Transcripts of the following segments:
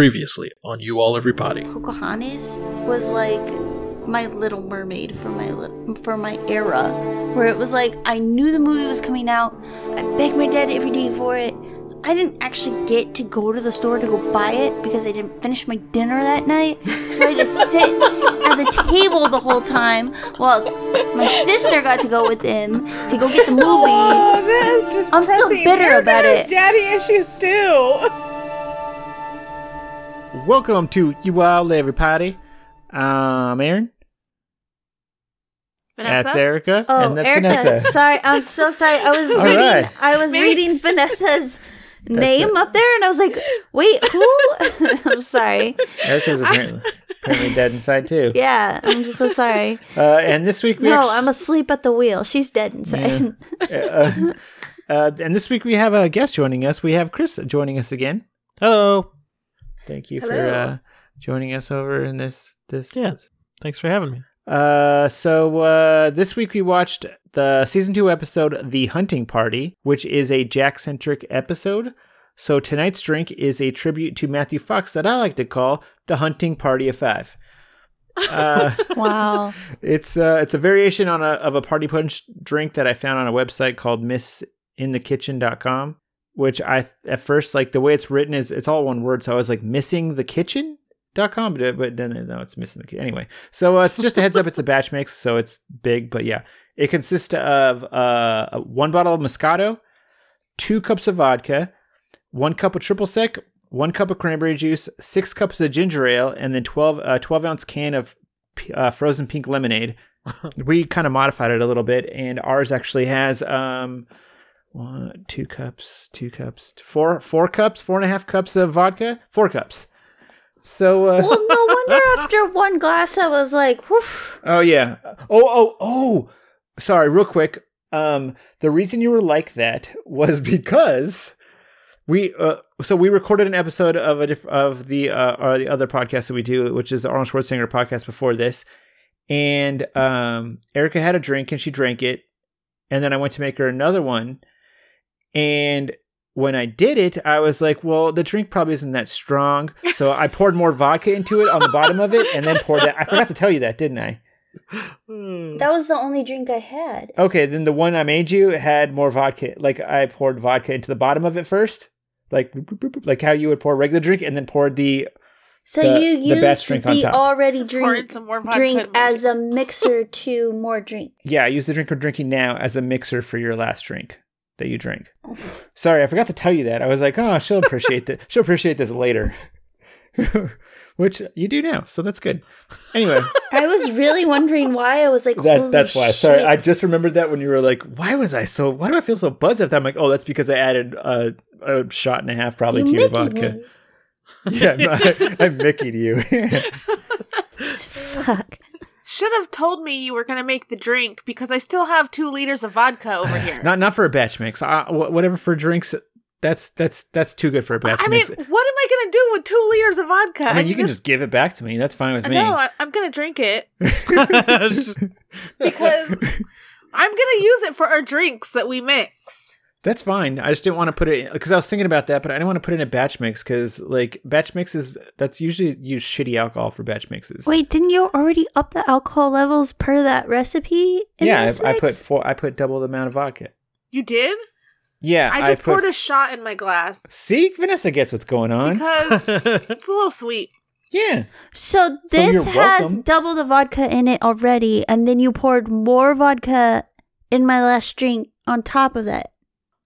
Previously on You All Everybody. Pocahontas was like my Little Mermaid for my li- for my era, where it was like I knew the movie was coming out. I begged my dad every day for it. I didn't actually get to go to the store to go buy it because I didn't finish my dinner that night. So I had to sit at the table the whole time while my sister got to go with him to go get the movie. Oh, that is just I'm still pressing. bitter We're about gonna have it. Daddy issues too. Welcome to You All Everybody. I'm Aaron. That's Erica. Oh, and that's Erica, Vanessa. sorry, I'm so sorry. I was All reading, right. I was Maybe- reading Vanessa's name it. up there, and I was like, "Wait, who?" I'm sorry. Erica's apparently, apparently dead inside too. Yeah, I'm so sorry. Uh, and this week we No, actu- I'm asleep at the wheel. She's dead inside. Yeah. uh, uh, and this week we have a guest joining us. We have Chris joining us again. Hello. Thank you for Hello. uh, joining us over in this this Yeah. Thanks for having me. Uh, so uh, this week we watched the season two episode "The Hunting Party," which is a Jack-centric episode. So tonight's drink is a tribute to Matthew Fox that I like to call the Hunting Party of Five. Uh, Wow. it's uh, it's a variation on a of a party punch drink that I found on a website called missinthekitchen.com, which I at first like the way it's written is it's all one word, so I was like missing the kitchen. Dot com, but but then no, it's missing the kitchen. Anyway, so uh, it's just a heads up. It's a batch mix, so it's big, but yeah, it consists of uh, one bottle of Moscato, two cups of vodka, one cup of triple sec, one cup of cranberry juice, six cups of ginger ale, and then 12, uh, 12 ounce can of p- uh, frozen pink lemonade. we kind of modified it a little bit, and ours actually has um, one, two cups, two cups, four, four cups, four and a half cups of vodka, four cups. So, uh, Well, no wonder after one glass, I was like, "Woof." oh yeah, oh oh oh, sorry, real quick. Um, the reason you were like that was because we uh, so we recorded an episode of a diff- of the uh, or the other podcast that we do, which is the Arnold Schwarzenegger podcast before this, and um, Erica had a drink and she drank it, and then I went to make her another one, and when I did it, I was like, well, the drink probably isn't that strong, so I poured more vodka into it on the bottom of it, and then poured that. I forgot to tell you that, didn't I? Mm. That was the only drink I had. Okay, then the one I made you had more vodka. Like I poured vodka into the bottom of it first, like boop, boop, boop, boop, like how you would pour regular drink, and then poured the. So The- you the used best drink on the top. already drink Poured some more vodka drink in my as a mixer to more drink. Yeah, I use the drink we're drinking now as a mixer for your last drink that you drink. Sorry, I forgot to tell you that. I was like, oh, she'll appreciate that. She'll appreciate this later, which you do now, so that's good. Anyway. I was really wondering why I was like, "Holy That, that's why. Sorry, shit." I just remembered that when you were like, "Why was I so? Why do I feel so buzzed after?" that?" I'm like, "Oh, that's because I added uh, a shot and a half probably You to your Mickey'd vodka." me. Yeah, I, I Mickeyed you. Fuck. Should have told me you were gonna make the drink because I still have two liters of vodka over here. not not for a batch mix. Uh, wh- whatever for drinks, that's that's that's too good for a batch I mean, mix. what am I gonna do with two liters of vodka? I mean, you can just give it back to me. That's fine with me. no. I, I'm gonna drink it because I'm gonna use it for our drinks that we mix. That's fine. I just didn't want to put it because I was thinking about that, but I didn't want to put it in a batch mix because like batch mixes, that's usually use shitty alcohol for batch mixes. Wait, didn't you already up the alcohol levels per that recipe? In yeah, this I, I mix? put four. I put double the amount of vodka. You did? Yeah, I just put- poured a shot in my glass See, Vanessa gets what's going on. because it's a little sweet. yeah, So So you're this has welcome. double the vodka in it already, and then you poured more vodka in my last drink on top of that.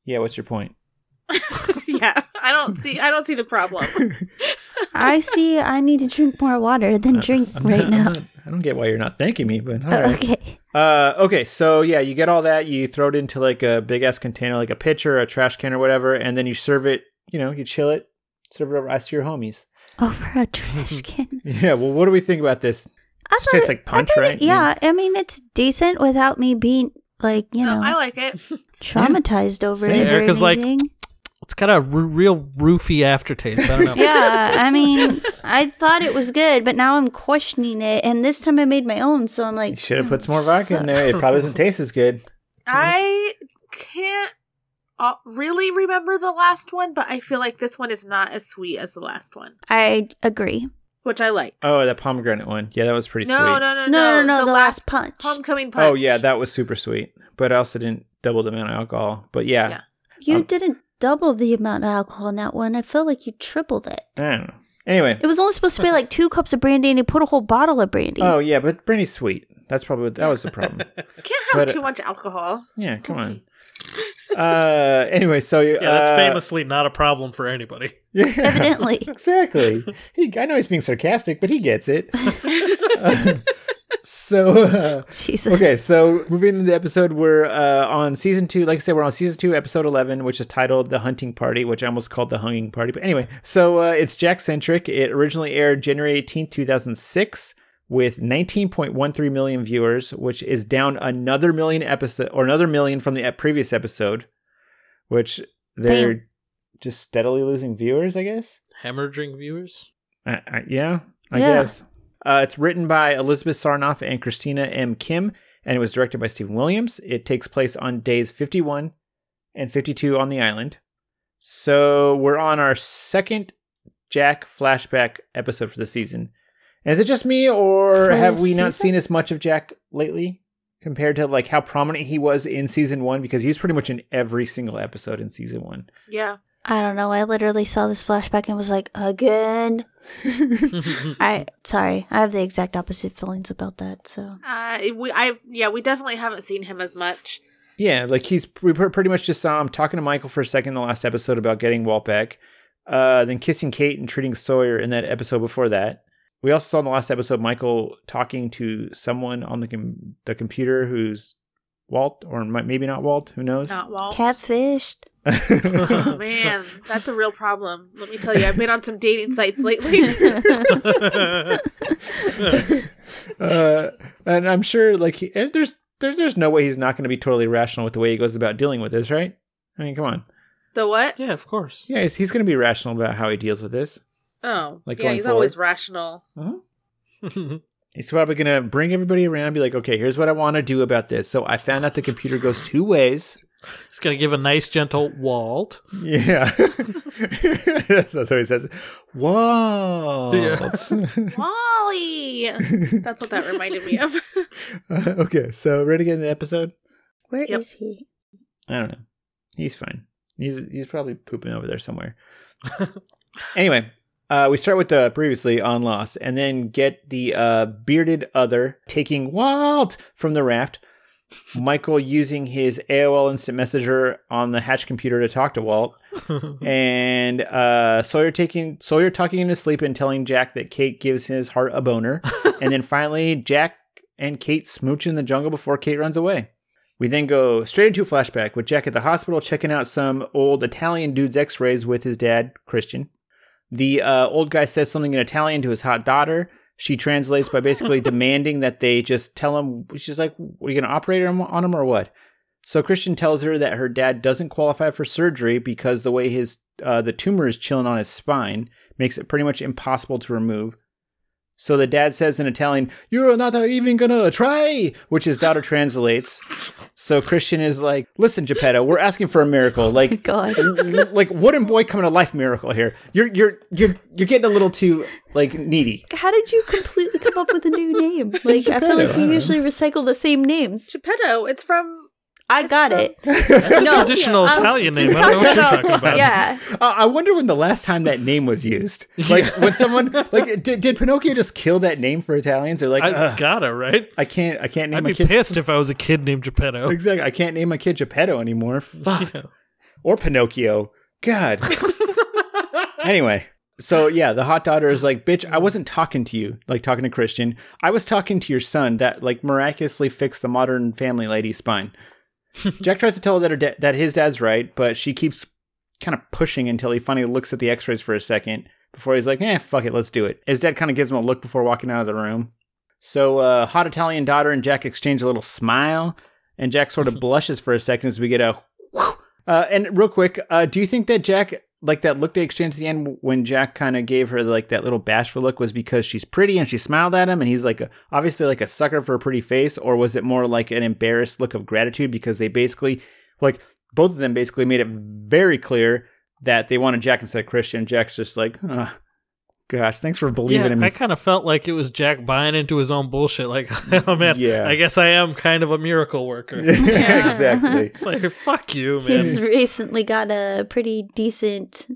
yeah. What's your point? yeah, I don't see. I don't see the problem. I see. I need to drink more water than drink I'm right not- now. I'm not- I don't get why you're not thanking me, but Uh, all Oh, right. okay. Okay. Uh, okay, so yeah, you get all that. You throw it into like a big ass container, like a pitcher, a trash can, or whatever, and then you serve it. You know, you chill it, serve it over ice to your homies. Over a trash can. Yeah. Well, what do we think about this? I Just tastes it- like punch, I thought it- right? yeah, I mean it's decent without me being like you know No, I like it. traumatized over Same. it or Erica's like- anything. It's got a r- real roofy aftertaste. I Oh. don't know. yeah, I mean, I thought it was good, but now I'm questioning it. And this time I made my own, so I'm You like, hmm. should have put some more vodka in there. It probably doesn't taste as good. I can't uh, really remember the last one, but I feel like this one is not as sweet as the last one, I agree. which I like. Oh, that pomegranate one. Yeah, that was pretty no, sweet. no, no, no, No, no, no, the, last punch. homecoming punch. Oh yeah, that was super sweet. But I also didn't double the amount of alcohol. But yeah, Yeah. you um, didn't double the amount of alcohol in that one. I felt like you tripled it. I don't know. Anyway, It was only supposed to be like two cups of brandy, and you put a whole bottle of brandy. oh yeah, but Brandy's sweet. That's probably what, that was the problem. Can't have But- too much alcohol. yeah, come on. Uh, anyway, so yeah, Yeah, that's uh, famously not a problem for anybody. Yeah, Evidently. exactly. He, I know he's being sarcastic, but he gets it. so. Uh, Jesus. Okay, so moving into the episode, we're uh, on season two. Like I said, we're on season two, episode 11, which is titled The Hunting Party, which I almost called The Hunging Party. But anyway, so uh, it's Jack centric. It originally aired January 18th, 2006, with 19.13 million viewers, which is down another million episode or another million from the e- previous episode, which they're just steadily losing viewers, I guess. Hemorrhaging viewers? I, I, yeah, I Yeah. guess. Uh, it's written by Elizabeth Sarnoff and Christina M. Kim, and it was directed by Stephen Williams. It takes place on days 51 and 52 on the island. So we're on our second Jack flashback episode for the season. And is it just me, or For have the we not season? seen as much of Jack lately compared to like how prominent he was in season one? Because he's pretty much in every single episode in season one. Yeah. I don't know. I literally saw this flashback and was like, again. I sorry, I have the exact opposite feelings about that. So Uh, we, I've, yeah, we definitely haven't seen him as much. Yeah, like he's we pr- pretty much just saw him talking to Michael for a second in the last episode about getting Walt back, uh, then kissing Kate and treating Sawyer in that episode before that. We also saw in the last episode Michael talking to someone on the com- the computer who's Walt or mi- maybe not Walt, who knows? Not Walt. catfished. Oh man, that's a real problem. Let me tell you, I've been on some dating sites lately. uh, and I'm sure like he, and there's there's there's no way he's not going to be totally rational with the way he goes about dealing with this, right? I mean, come on, the what? yeah, of course. yeah, he's, he's going to be rational about how he deals with this. Oh, Like yeah, going he's always rational. Uh-huh. He's probably going to bring everybody around and be like, okay, here's what I want to do about this. So I found out the computer goes two ways. It's going to give a nice, gentle Walt. Yeah. That's how he says it. Whoa. Wally. That's what that reminded me of. okay, so ready to get in the episode? Where is Yep. he? I don't know. He's fine. He's, he's probably pooping over there somewhere. anyway, uh, we start with the previously on Lost and then get the uh, bearded other taking Walt from the raft. Michael using his AOL instant messenger on the Hatch computer to talk to Walt. and uh, Sawyer taking Sawyer talking in his sleep and telling Jack that Kate gives his heart a boner, and then finally Jack and Kate smooch in the jungle before Kate runs away. We then go straight into a flashback with Jack at the hospital checking out some old Italian dude's X-rays with his dad Christian. The uh, old guy says something in Italian to his hot daughter. She translates by basically demanding that they just tell him. She's like, "Are you going to operate him- on him or what?" So Christian tells her that her dad doesn't qualify for surgery because the way his uh, the tumor is chilling on his spine makes it pretty much impossible to remove. So the dad says in Italian, "You're not even gonna try," which his daughter translates. So Christian is like, "Listen, Geppetto, we're asking for a miracle. Like, God. l- l- like wooden boy coming to life miracle here. You're you're you're you're getting a little too like needy. How did you completely come up with a new name? Like I feel like you usually recycle the same names. Geppetto, it's from I got it. That's a No, traditional I'm Italian just name. I don't know what you're talking about. Yeah. Uh, I wonder when the last time that name was used. Like when someone like did, did Pinocchio just kill that name for Italians? They're like, I, "Ugh, it's gotta, right? I can't I can't name I'd my be kid pissed if I was a kid named Geppetto. exactly. I can't name my kid Geppetto anymore. Fuck. Yeah. Or Pinocchio. God. anyway. So yeah, the hot daughter is like, bitch, I wasn't talking to you, like talking to Christian. I was talking to your son that like miraculously fixed the modern family lady's spine. Jack tries to tell her that her da- that his dad's right, but she keeps kind of pushing until he finally looks at the x-rays for a second before he's like, eh, fuck it, let's do it. His dad kind of gives him a look before walking out of the room. So uh, hot Italian daughter and Jack exchange a little smile, and Jack sort Mm-hmm. of blushes for a second as we get a. whew. Uh, and real quick, uh, do you think that Jack like that look they exchanged at the end when Jack kind of gave her like that little bashful look was because she's pretty and she smiled at him and he's like a, obviously like a sucker for a pretty face, or was it more like an embarrassed look of gratitude because they basically like both of them basically made it very clear that they wanted Jack instead of Christian. Jack's just like, "Huh, gosh, thanks for believing in I me. kind of felt like it was Jack buying into his own bullshit. Like, oh man, Yeah. I guess I am kind of a miracle worker. Yeah. exactly. it's like, fuck you, man. He's recently got a pretty decent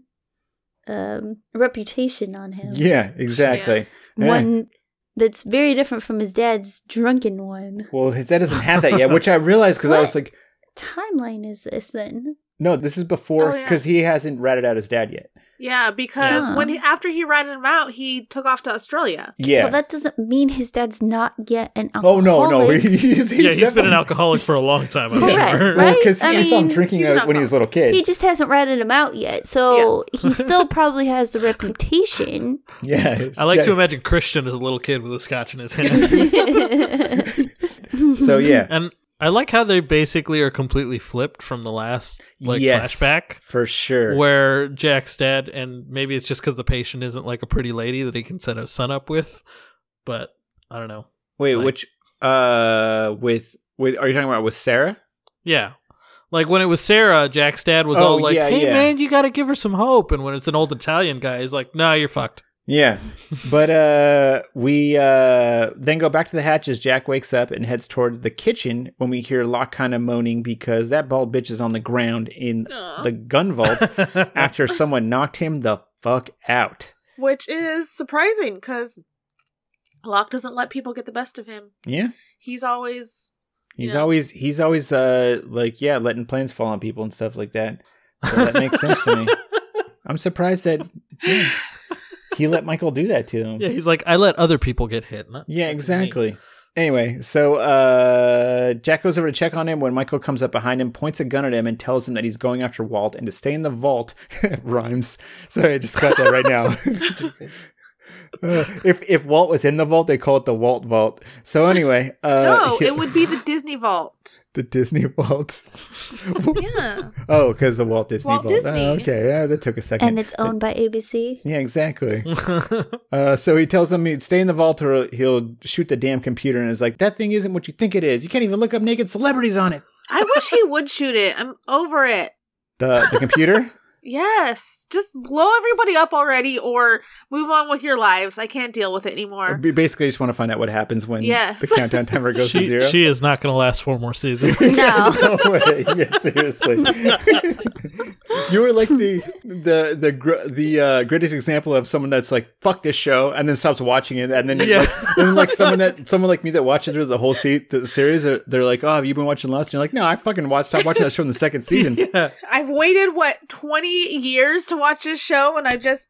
um, reputation on him. Yeah, exactly. Yeah. One that's very different from his dad's drunken one. Well, his dad doesn't have that yet, which I realized because I was like, Timeline is this then? no, this is before Oh, yeah. because he hasn't ratted out his dad yet. Yeah, because Yeah. when he, after he ratted him out, he took off to Australia. Yeah. Well, that doesn't mean his dad's not yet an oh alcoholic. no, no, he's, he's yeah, he's been an definitely- alcoholic for a long time. I'm Correct, sure. right? because I he saw him mean, drinking he's an uh, when he was a little He kid. just hasn't ratted him out yet, so he still probably has the reputation. Yeah, it's I like Jack- to imagine Christian as a little kid with a scotch in his hand. So yeah, and I like how they basically are completely flipped from the last like Yes. flashback for sure. where Jack's dead, and maybe it's just because the patient isn't like a pretty lady that he can set his son up with. But I don't know. Wait, Like- which uh with with are you talking about with Sarah? Yeah. Like when it was Sarah, Jack's dad was Oh, all like, yeah, "Hey yeah. man, you got to give her some hope." And when it's an old Italian guy, he's like, "Nah, you're fucked." Yeah. but uh we uh then go back to the hatch as Jack wakes up and heads toward the kitchen when we hear Locke kind of moaning because that bald bitch is on the ground in Aw. the gun vault after someone knocked him the fuck out. which is surprising because Locke doesn't let people get the best of him. Yeah. He's always He's Yeah. always he's always uh like yeah, letting planes fall on people and stuff like that. So that makes sense to me. I'm surprised that yeah, he let Michael do that to him. Yeah, he's like, "I let other people get hit." not Yeah, fucking me." exactly. Anyway, so uh, Jack goes over to check on him when Michael comes up behind him, points a gun at him, and tells him that he's going after Walt and to stay in the vault. Rhymes. Sorry, I just got that right now. Uh, if if Walt was in the vault, they call it the Walt Vault. So anyway, uh, no. he- It would be the Disney Vault. the Disney Vault. Yeah, oh, because the Walt Disney Walt Vault. Oh, Disney. okay, yeah, that took a second. and it's owned by ABC. Yeah, exactly. uh, so he tells him he'd stay in the vault or he'll shoot the damn computer and is like, that thing isn't what you think it is. You can't even look up naked celebrities on it. I wish he would shoot it. I'm over it. The, the computer? Yes, just blow everybody up already, or move on with your lives. I can't deal with it anymore. We basically just want to find out what happens when Yes. the countdown timer goes to She, zero. she is not going to last four more seasons. No. no way. Yeah, seriously. you were like the the the gr- the uh, greatest example of someone that's like fuck this show and then stops watching it and then Yeah. like, and then like someone that someone like me that watches through the whole se- the series they're, they're like oh have you been watching Lost and you're like no I fucking watched stopped watching that show in the second season I've waited what twenty years to watch this show, and I just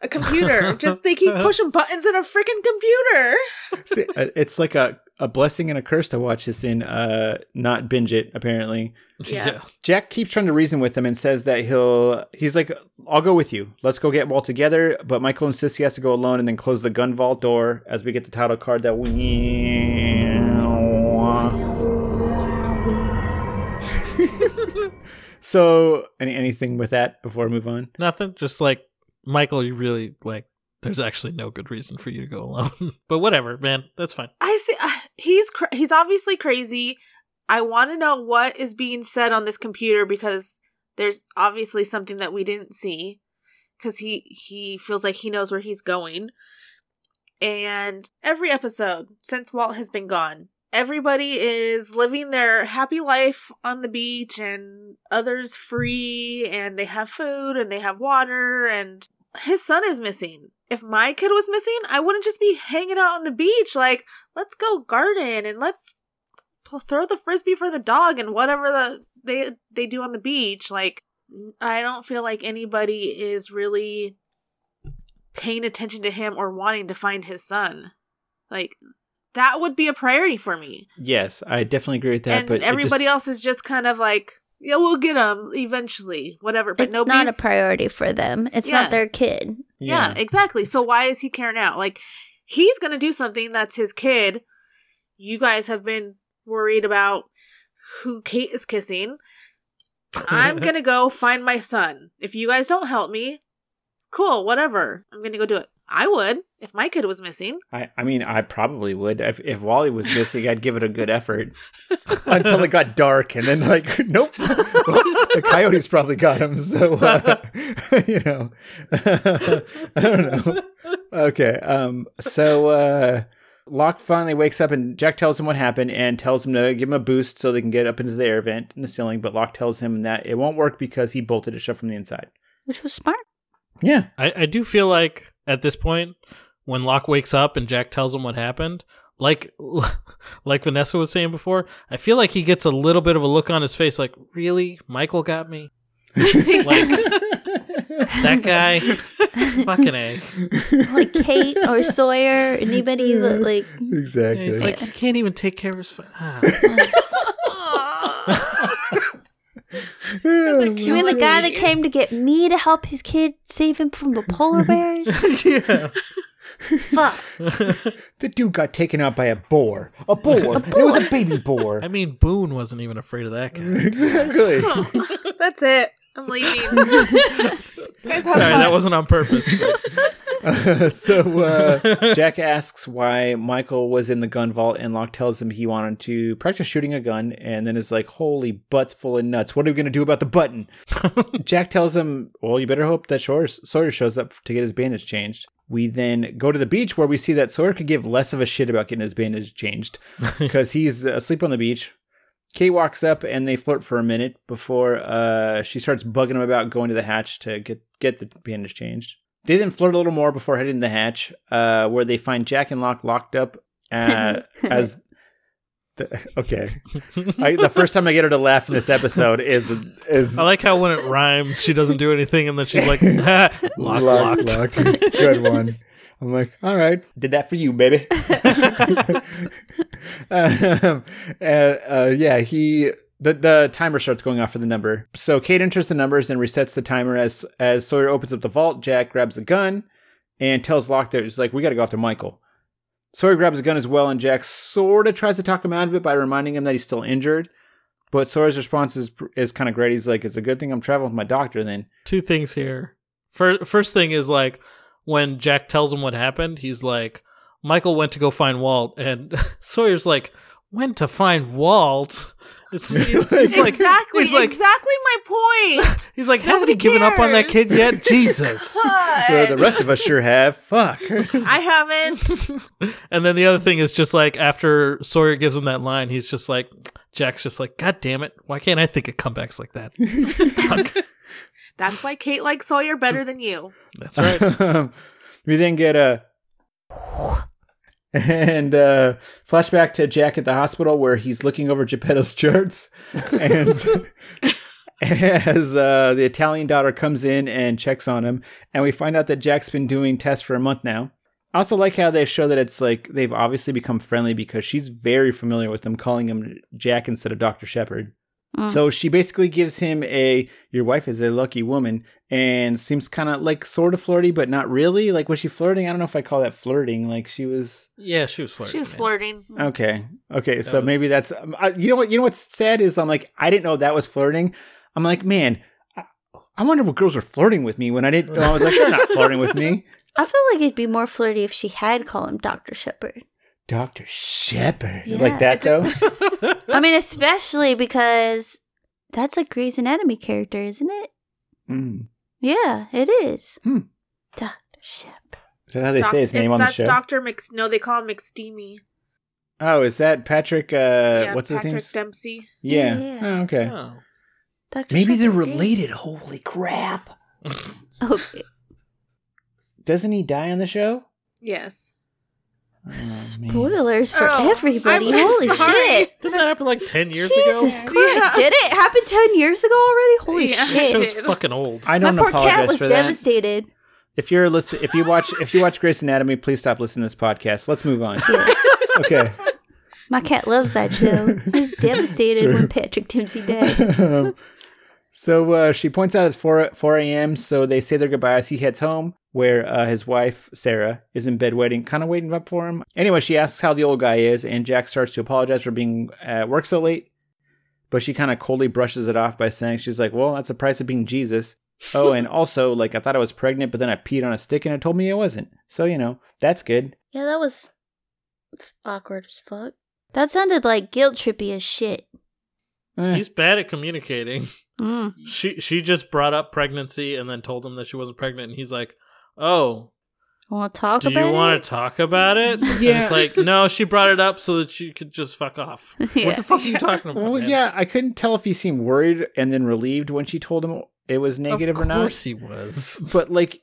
a computer. just they keep pushing buttons in a freaking computer. See, uh, it's like a a blessing and a curse to watch this in uh not binge it apparently Yeah. Jack keeps trying to reason with him and says that he'll he's like, I'll go with you. Let's go get Walt together. But Michael insists he has to go alone and then close the gun vault door as we get the title card that we So any anything with that before I move on? Nothing. Just like Michael, you really like. There's actually no good reason for you to go alone. but whatever, man. That's fine. I see. Uh, he's cra- he's obviously crazy. I want to know what is being said on this computer because there's obviously something that we didn't see because he he feels like he knows where he's going. And every episode since Walt has been gone, everybody is living their happy life on the beach and others free and they have food and they have water and his son is missing. If my kid was missing, I wouldn't just be hanging out on the beach like let's go garden and let's pl- throw the frisbee for the dog and whatever the they they do on the beach like i don't feel like anybody is really paying attention to him or wanting to find his son like that would be a priority for me Yes, I definitely agree with that. and but it everybody just- else is just kind of like yeah we'll get him eventually whatever but it's nobody's not a priority for them. It's Yeah. not their kid. yeah. exactly. So why is he caring out? Like he's gonna do something that's his kid. You guys have been worried about who Kate is kissing. I'm gonna go find my son. If you guys don't help me, cool, whatever. I'm gonna go do it. I would if my kid was missing. I, I mean, I probably would. If, if Wally was missing, I'd give it a good effort until it got dark, and then like, nope, Well, the coyotes probably got him. So uh, you know, I don't know. Okay, um, so uh, Locke finally wakes up, and Jack tells him what happened, and tells him to give him a boost so they can get up into the air vent in the ceiling. But Locke tells him that it won't work because he bolted it shut from the inside. which was smart. Yeah, I, I do feel like at this point, when Locke wakes up and Jack tells him what happened, like like Vanessa was saying before, I feel like he gets a little bit of a look on his face, like really, Michael got me. That guy, fucking a. Like Kate or Sawyer, anybody that like exactly. He's like, he can't even take care of his. Fa- ah. Aw. you mean the guy that came to get me to help his kid save him from the polar bears? yeah. Fuck. The dude got taken out by a boar. A boar. It was a baby boar. I mean, Boone wasn't even afraid of that guy. exactly. That's it. I'm leaving. Guys, have Sorry, fun. that wasn't on purpose. so uh, Jack asks why Michael was in the gun vault, and Locke tells him he wanted to practice shooting a gun, and then is like, "Holy butts full of nuts! What are we gonna do about the button?" Jack tells him, "Well, you better hope that Shor- Sawyer shows up to get his bandage changed." We then go to the beach where we see that Sawyer could give less of a shit about getting his bandage changed because he's asleep on the beach. Kay walks up and they flirt for a minute before uh, she starts bugging him about going to the hatch to get get the bandage changed. They then flirt a little more before heading to the hatch, uh, where they find Jack and Locke locked up uh, as. The, okay, I, the first time I get her to laugh in this episode is is I like how when it rhymes, she doesn't do anything, and then she's like, ha, lock, Lock- locked. locked. Good one. I'm like, all right, did that for you, baby. um, uh, uh, yeah, he. The, the timer starts going off for the number. So Kate enters the numbers and resets the timer as as Sawyer opens up the vault. Jack grabs the gun and tells Locke that he's like, we got to go after Michael. Sawyer grabs a gun as well, and Jack sort of tries to talk him out of it by reminding him that he's still injured. But Sawyer's response is is kind of great. He's like, it's a good thing I'm traveling with my doctor then. two things here. First, first thing is like when Jack tells him what happened, he's like, Michael went to go find Walt, and Sawyer's like, went to find Walt. It's, he's like, exactly, he's like, exactly my point. he's like, hasn't Nobody he given up on that cares." kid yet? Jesus. So the rest of us sure have. Fuck. I haven't. and then the other thing is just like after Sawyer gives him that line, he's just like, Jack's just like, God damn it, why can't I think of comebacks like that? That's why Kate likes Sawyer better than you. That's right. we then get a and uh, flashback to Jack at the hospital where he's looking over Geppetto's charts, and as uh, the Italian daughter comes in and checks on him, and we find out that Jack's been doing tests for a month now. I also like how they show that it's like they've obviously become friendly because she's very familiar with them, calling him Jack instead of Doctor Shepard. Mm. Mm. So she basically gives him a your wife is a lucky woman and seems kind of like sort of flirty but not really. Like was she flirting? I don't know if I call that flirting. Like she was Yeah, she was flirting. She was man. flirting. okay. Okay, so was- maybe that's um, I, you know what you know what's sad is I'm like I didn't know that was flirting. I'm like, man, I, I wonder what girls were flirting with me when I didn't I was like they're not flirting with me. I feel like it'd be more flirty if she had called him Doctor Shepard. Dr. Shepard. Yeah. Like that though. I mean, especially because that's a Grey's Anatomy character, isn't it? Mm. Yeah, it is. Hmm. Doctor Shepard. Is that how they Doc- say his name it's- on the that's show? Doctor Mix. No, they call him McSteamy. oh, is that Patrick uh Yeah, what's Patrick his name? Dempsey. Yeah. Yeah. Oh, okay. Oh. Dr. Maybe they're Shepard, eh? right? related. Holy crap. Okay. Doesn't he die on the show? Oh, Oh, Yes. Spoilers for Oh, everybody. I'm- I'm Holy sorry. shit. Didn't that happen like 10 years Jesus ago? Christ. Yeah. Did it happen 10 years ago already? Holy Yeah. That shit. was did. fucking old. My I don't poor apologize cat was for that. devastated. If you're listen, if you watch, if you watch Grey's Anatomy, please stop listening to this podcast. Let's move on. okay. My cat loves that show. I was devastated when Patrick Dempsey died. Um, so uh, she points out it's four four a.m. So they say their goodbyes. He heads home, where uh, his wife Sarah is in bed waiting, kind of waiting up for him. Anyway, she asks how the old guy is, and Jack starts to apologize for being at work so late. But she kind of coldly brushes it off by saying she's like, "Well, that's the price of being Jesus." oh, and also, like, I thought I was pregnant, but then I peed on a stick and it told me I wasn't. So, you know, that's good. Yeah, that was awkward as fuck. That sounded like guilt trippy as shit. Eh, He's bad at communicating. Mm. She she just brought up pregnancy and then told him that she wasn't pregnant, and he's like, "Oh, Want to talk do about you want it? to talk about it?" And Yeah. it's like, no, she brought it up so that you could just fuck off. What yeah. the fuck are you talking about? well, man? yeah, I couldn't tell if he seemed worried and then relieved when she told him it was negative of or not. course he was. but like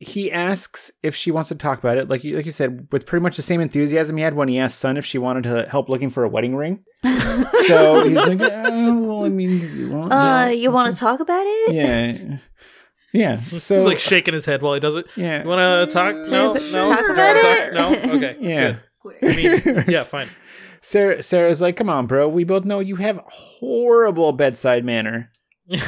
he asks if she wants to talk about it like you like you said with pretty much the same enthusiasm he had when he asked son if she wanted to help looking for a wedding ring so he's like oh, well i mean you want uh, you want to talk about it? yeah yeah so he's like shaking his head while he does it. yeah You want to talk? No, Talk no. about it? No, okay. yeah good. I mean, yeah, fine. sarah sarah's like come on bro we both know you have horrible bedside manner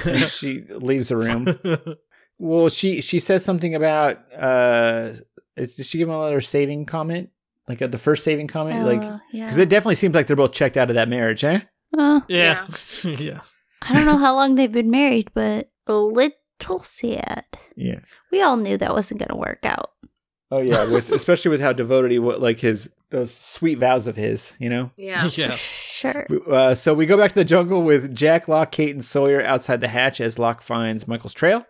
and she leaves the room Well, she she says something about uh, is, did she give him another saving comment? Like uh, the first saving comment, like Uh, yeah. because it definitely seems like they're both checked out of that marriage, eh? Uh, yeah, yeah. I don't know how long they've been married, but a little sad. Yeah. We all knew that wasn't going to work out. Oh yeah, with, especially with how devoted he was, like his those sweet vows of his, you know. Yeah. yeah. Sure. Uh, so we go back to the jungle with Jack, Locke, Kate, and Sawyer outside the hatch as Locke finds Michael's trail.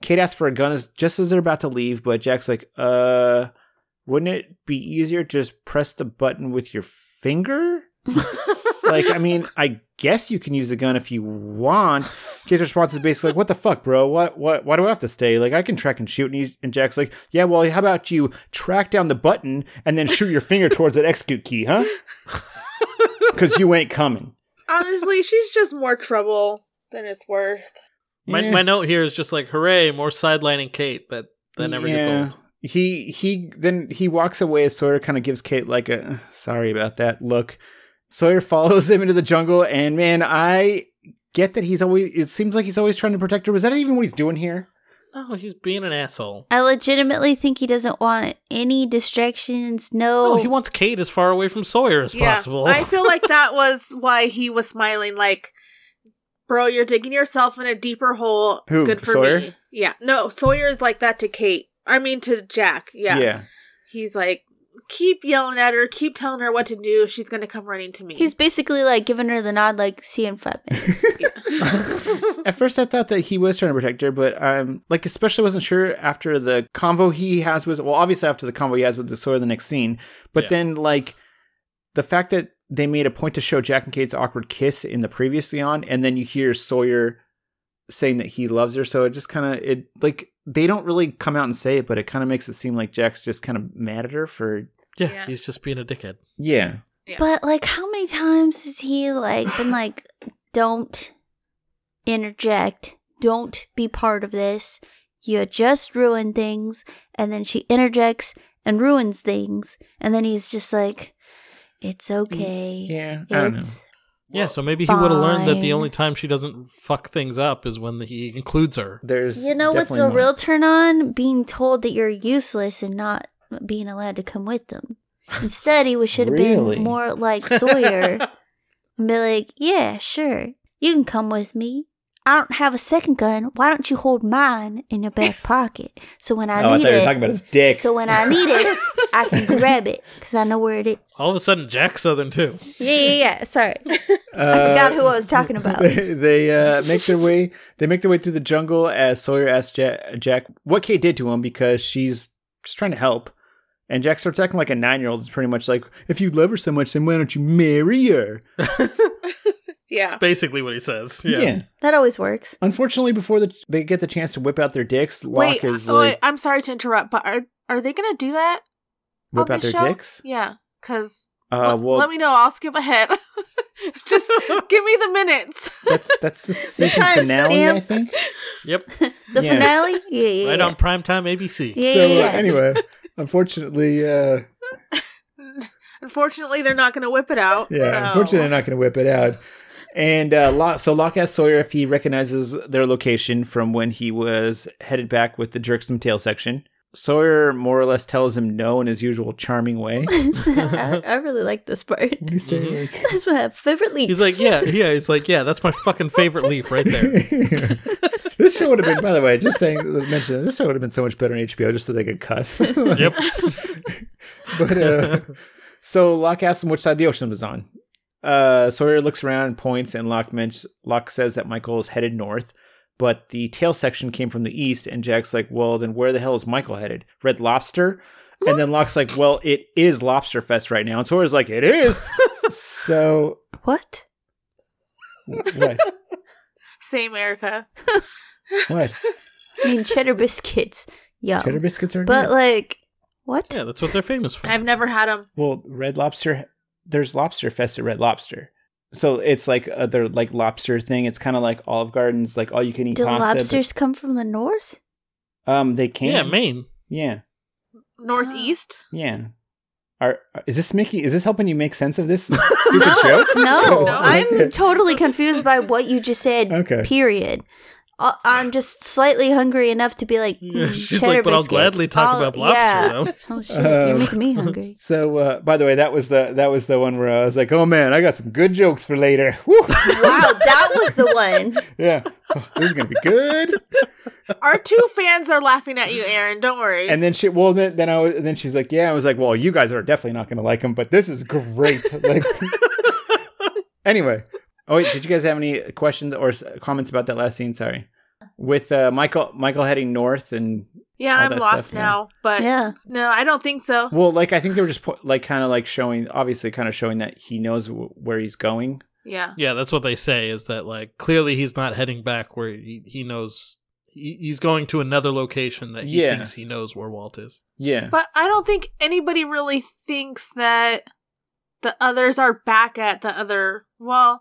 Kate asks for a gun as, just as they're about to leave, but Jack's like, "Uh, wouldn't it be easier to just press the button with your finger?" like, I mean, I guess you can use a gun if you want. Kate's response is basically like, "What the fuck, bro? What? What? Why do I have to stay? Like, I can track and shoot." And, he's, and Jack's like, "Yeah, well, how about you track down the button and then shoot your finger towards that execute key, huh? Because you ain't coming." Honestly, she's just more trouble than it's worth. My Yeah. my note here is just like, hooray, more sidelining Kate. That that never gets Yeah. old. He he then he walks away as Sawyer kind of gives Kate like a sorry about that look. Sawyer follows him into the jungle, and man, I get that he's always. It seems like he's always trying to protect her. Was that even what he's doing here? No, he's being an asshole. I legitimately think he doesn't want any distractions. No. No, he wants Kate as far away from Sawyer as possible. I feel like that was why he was smiling like Bro, you're digging yourself in a deeper hole. Who, Good for Sawyer? me. Yeah. No, Sawyer is like that to Kate. I mean to Jack. Yeah. yeah. He's like, keep yelling at her, keep telling her what to do. She's gonna come running to me. He's basically like giving her the nod, like, see you in five minutes. At first, I thought that he was trying to protect her, but um, like especially wasn't sure after the convo he has with well, obviously after the convo he has with the Sawyer the next scene, but Yeah. then like the fact that they made a point to show Jack and Kate's awkward kiss in the previously on, and then you hear Sawyer saying that he loves her, so it just kind of it like they don't really come out and say it, but it kind of makes it seem like Jack's just kind of mad at her for yeah, Yeah. he's just being a dickhead. yeah. But like, how many times has he like been like, "Don't interject. Don't be part of this. You just ruin things." And then she interjects and ruins things, and then he's just like, "It's okay. Yeah, I don't know. It's yeah, so maybe he would have learned that the fine. only time she doesn't fuck things up is when he includes her. There's you know what's definitely a more. real turn on? Being told that you're useless and not being allowed to come with them. Instead, he should have Really? been more like Sawyer and be like, "Yeah, sure, you can come with me. I don't have a second gun. Why don't you hold mine in your back pocket? So when I Oh, I thought need you were it, talking about his dick. so when I need it, I can grab it because I know where it is. Oh. All of a sudden, Jack Southern too. Yeah, yeah, yeah. Sorry, I Uh, forgot who I was talking about. they they uh, make their way. They make their way through the jungle as Sawyer asks Jack, Jack what Kate did to him because she's just trying to help. And Jack starts acting like a nine-year-old. It's pretty much like, if you love her so much, then why don't you marry her? yeah. That's basically what he says. Yeah. That always works. Unfortunately, before the, they get the chance to whip out their dicks, Locke Wait, is oh, wait, like, I'm sorry to interrupt, but are are they gonna do that? on whip out their this show? dicks. Yeah, because Uh, let, well, let me know. I'll skip ahead. Just give me the minutes. that's that's the season time finale, I stamp. think. Yep. The Yeah. finale. Yeah, yeah, yeah. Right on primetime ABC. Yeah, so yeah, uh, yeah. anyway, unfortunately, uh, Unfortunately, they're not going to whip it out. Yeah, so- unfortunately, they're not going to whip it out. And uh, Locke, so Locke asks Sawyer if he recognizes their location from when he was headed back with the Jerksome Tail section. Sawyer more or less tells him no in his usual charming way. I, I really like this part. He say, like- That's my favorite leaf. He's like, yeah, yeah. He's like, yeah. That's my fucking favorite leaf right there. This show would have been, by the way, just saying, mention this show would have been so much better on HBO just so they could cuss. Yep. but uh, so Locke asks him which side the ocean was on. Uh, Sawyer looks around and points, and Locke, men- Locke says that Michael is headed north, but the tail section came from the east. And Jack's like, "Well, then where the hell is Michael headed? Red Lobster?" And then Locke's like, "Well, it is Lobster Fest right now." And Sawyer's like, "It is." so What? what? Same Erica. What? I mean, cheddar biscuits. Yum. Cheddar biscuits are but but like, what? Yeah, that's what they're famous for. I've never had them. well, Red Lobster. There's Lobster Fest at Red Lobster. So it's like other like lobster thing. It's kind of like Olive Garden's like all you can eat Do pasta. but- lobsters come from the north? um, they can. Yeah, Maine. Yeah, Northeast. yeah. Are, are- is this Mickey? Is this helping you make sense of this stupid joke? No, No. I'm totally confused by what you just said. Okay. Period. I- I'm just slightly hungry enough to be like, Yeah, mm, She's cheddar like, but I'll biscuits. gladly talk I'll- about lobster yeah. though. Oh shit, you're Um, making me hungry. So, uh, by the way, that was the that was the one where I was like, "Oh man, I got some good jokes for later." Woo! wow, that was the one. yeah, Oh, this is gonna be good. Our two fans are laughing at you, Aaron. Don't worry. And then she, well, then, then I was, then she's like, "Yeah," I was like, "Well, you guys are definitely not gonna like him, but this is great." Like, anyway. Oh wait, did you guys have any questions or s- comments about that last scene? Sorry, with uh, Michael Michael heading north and yeah, all I'm that lost stuff, yeah. now. But Yeah. no, I don't think so. Well, like I think they were just po- like kind of like showing, obviously, kind of showing that he knows w- where he's going. Yeah. Yeah, that's what they say is that like clearly he's not heading back where he, he knows he, he's going to another location that he Yeah. thinks he knows where Walt is. Yeah, But I don't think anybody really thinks that the others are back at the other. Well,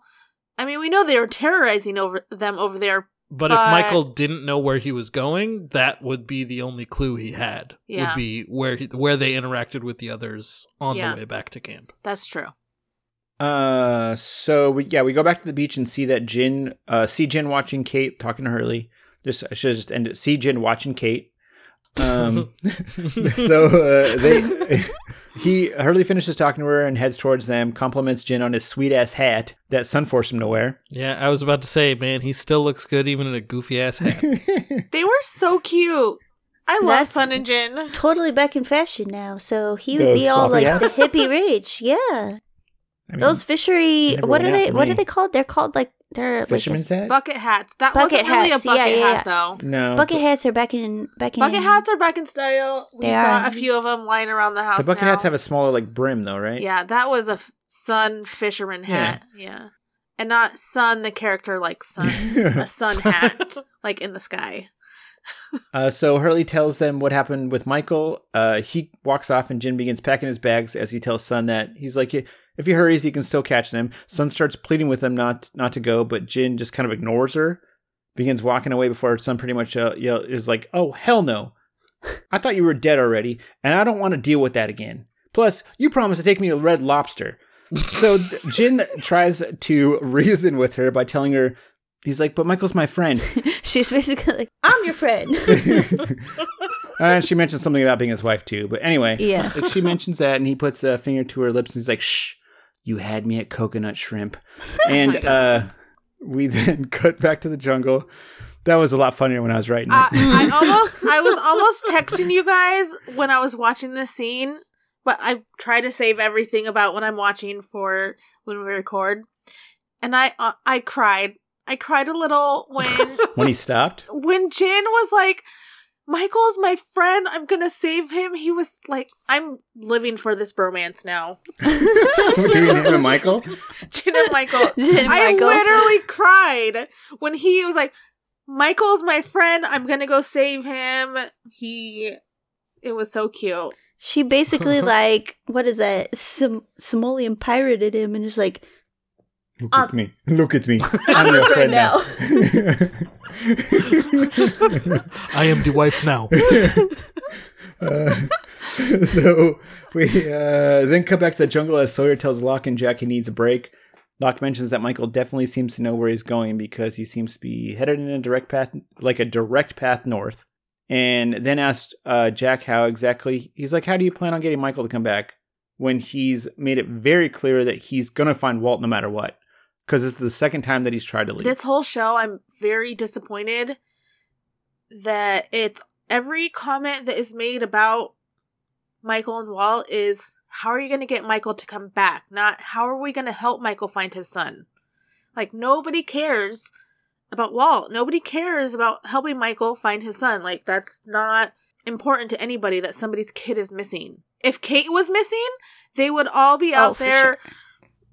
I mean, we know they were terrorizing over them over there. But, But- if Michael didn't know where he was going, that would be the only clue he had. Yeah. Would be where he, where they interacted with the others on Yeah. the way back to camp. That's true. Uh, so we yeah we go back to the beach and see that Jin uh see Jin watching Kate talking to Hurley. Just I should just end it. See Jin watching Kate. Um, so uh, they he Hurley finishes talking to her and heads towards them. Compliments Jin on his sweet ass hat that Sunforce him to wear. Yeah, I was about to say, man, he still looks good even in a goofy ass hat. They were so cute. I love That's- Sun and Jin. Totally back in fashion now, so he would Those be all floppy like hats? the hippie rage. Yeah, I mean, those fishery. never What are went out they? for What me. are they called? They're called like they're fisherman's like hat. Bucket hats. That Bucket wasn't really hats. a Yeah, bucket yeah, hat, though. no, a, bucket hats are back in back in Bucket hats are back in style. We They got are. a few of them lying around the house. the bucket now. hats have a smaller like brim though, right? Yeah, that was a f- sun fisherman hat. Yeah. And not sun, the character like sun. a sun hat, like in the sky. Uh, so Hurley tells them what happened with Michael. Uh, he walks off, and Jin begins packing his bags as he tells Sun that he's like, if he hurries, he can still catch them. Sun starts pleading with him not not to go, but Jin just kind of ignores her, begins walking away before Sun pretty much uh, yell, is like, "Oh hell no! I thought you were dead already, and I don't want to deal with that again. Plus, you promised to take me to Red Lobster." so th- Jin tries to reason with her by telling her, he's like, "But Michael's my friend." She's basically like, I'm your friend. and Uh, she mentions something about being his wife too. But anyway, yeah. like she mentions that, and he puts a finger to her lips, and he's like, "Shh, you had me at coconut shrimp." And Oh God. uh, we then cut back to the jungle. That was a lot funnier when I was writing. I, it. Uh, I almost, I was almost texting you guys when I was watching this scene, but I try to save everything about when I'm watching for when we record. And I, uh, I cried. I cried a little when When he stopped, when Jin was like, Michael's my friend. I'm gonna save him. He was like, I'm living for this bromance now. between him and Michael, Jin and Michael. Jin and I Michael. literally cried when he was like, Michael's my friend. I'm gonna go save him. He. It was so cute. She basically like what is that? Som- Somalian pirated him and is like, look Um, at me, look at me, I'm your friend now. I am the wife now. Uh, so we uh, then come back to the jungle as Sawyer tells Locke and Jack he needs a break. Locke mentions that Michael definitely seems to know where he's going because he seems to be headed in a direct path, like a direct path north. And then asked uh, Jack how exactly he's like, how do you plan on getting Michael to come back when he's made it very clear that he's gonna find Walt no matter what because it's the second time that he's tried to leave. This whole show, I'm very disappointed that it's every comment that is made about Michael and Walt is how are you going to get Michael to come back? Not how are we going to help Michael find his son? Like nobody cares about Walt. Nobody cares about helping Michael find his son. Like that's not important to anybody that somebody's kid is missing. If Kate was missing, they would all be out for there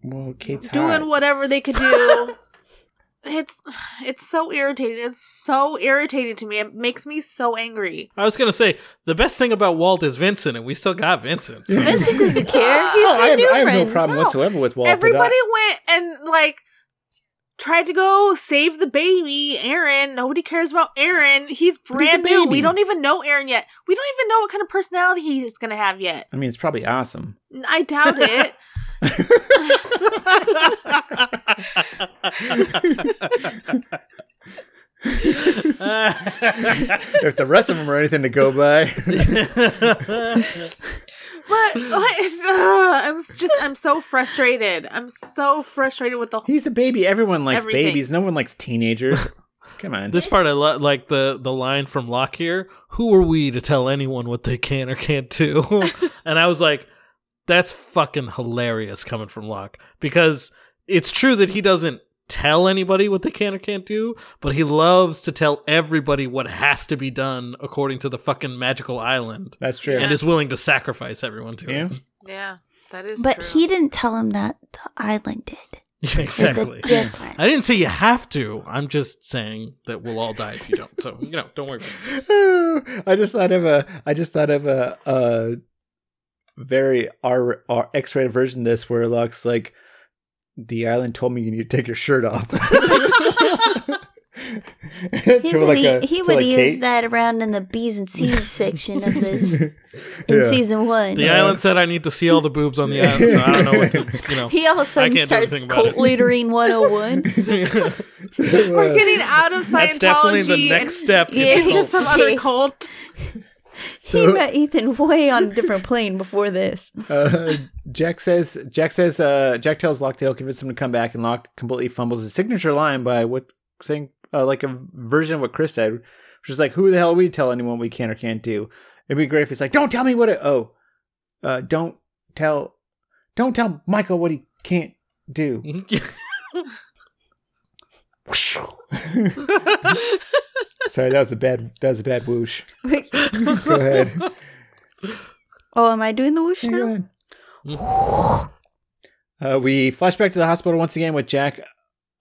Well, Kate's doing whatever they could do. it's it's so irritating. It's so irritating to me. It makes me so angry. I was gonna say the best thing about Walt is Vincent, and we still got Vincent. So Vincent doesn't care. He's I my have, new I have friends. no problem whatsoever with Walt. but I- Everybody went and like tried to go save the baby, Aaron. Nobody cares about Aaron. He's he's a brand new. baby. We don't even know Aaron yet. We don't even know what kind of personality he's gonna have yet. I mean, it's probably awesome. I doubt it. if the rest of them are anything to go by. But like, it's- ugh, I'm s- just I'm so frustrated. I'm so frustrated with the whole He's a baby. Everyone likes Everything. babies. No one likes teenagers. Come on. this part I lo- like the the line from Lockyer. Who are we to tell anyone what they can or can't do? and I was like, that's fucking hilarious coming from Locke because it's true that he doesn't tell anybody what they can or can't do, but he loves to tell everybody what has to be done according to the fucking magical island. That's true. And is willing to sacrifice everyone to yeah. it. Yeah, that is But true. he didn't tell him that the island did. Yeah, exactly. There's a difference. I didn't say you have to. I'm just saying that we'll all die if you don't. So you know, don't worry. About it. I just thought of a. I just thought of a. a very R, R X-rated version of this where Locke's like, the island told me you need to take your shirt off. He To would, like e- a- he to would like use Kate. that around in the B's and C's section of this in Yeah. season one. The island said I need to see all the boobs on the island, so I don't know what to. You know, He all of a I sudden can't do starts oh anything about cult it. leadering 101. We're getting out of Scientology. that's definitely the and- next step. in Yeah, the It's just cult. some other cult. he met Ethan way on a different plane before this. Uh, Jack says Jack says uh, Jack tells Locke to convince him to come back, and Locke completely fumbles his signature line by what saying uh, like a version of what Chris said, which is like, "Who the hell are we to tell anyone we can or can't do?" It'd be great if he's like, "Don't tell me what it oh, uh, don't tell, don't tell Michael what he can't do." Sorry, that was a bad that was a bad whoosh. Wait, Go ahead. oh, am I doing the whoosh Yeah, go now? ahead. Uh, we flash back to the hospital once again with Jack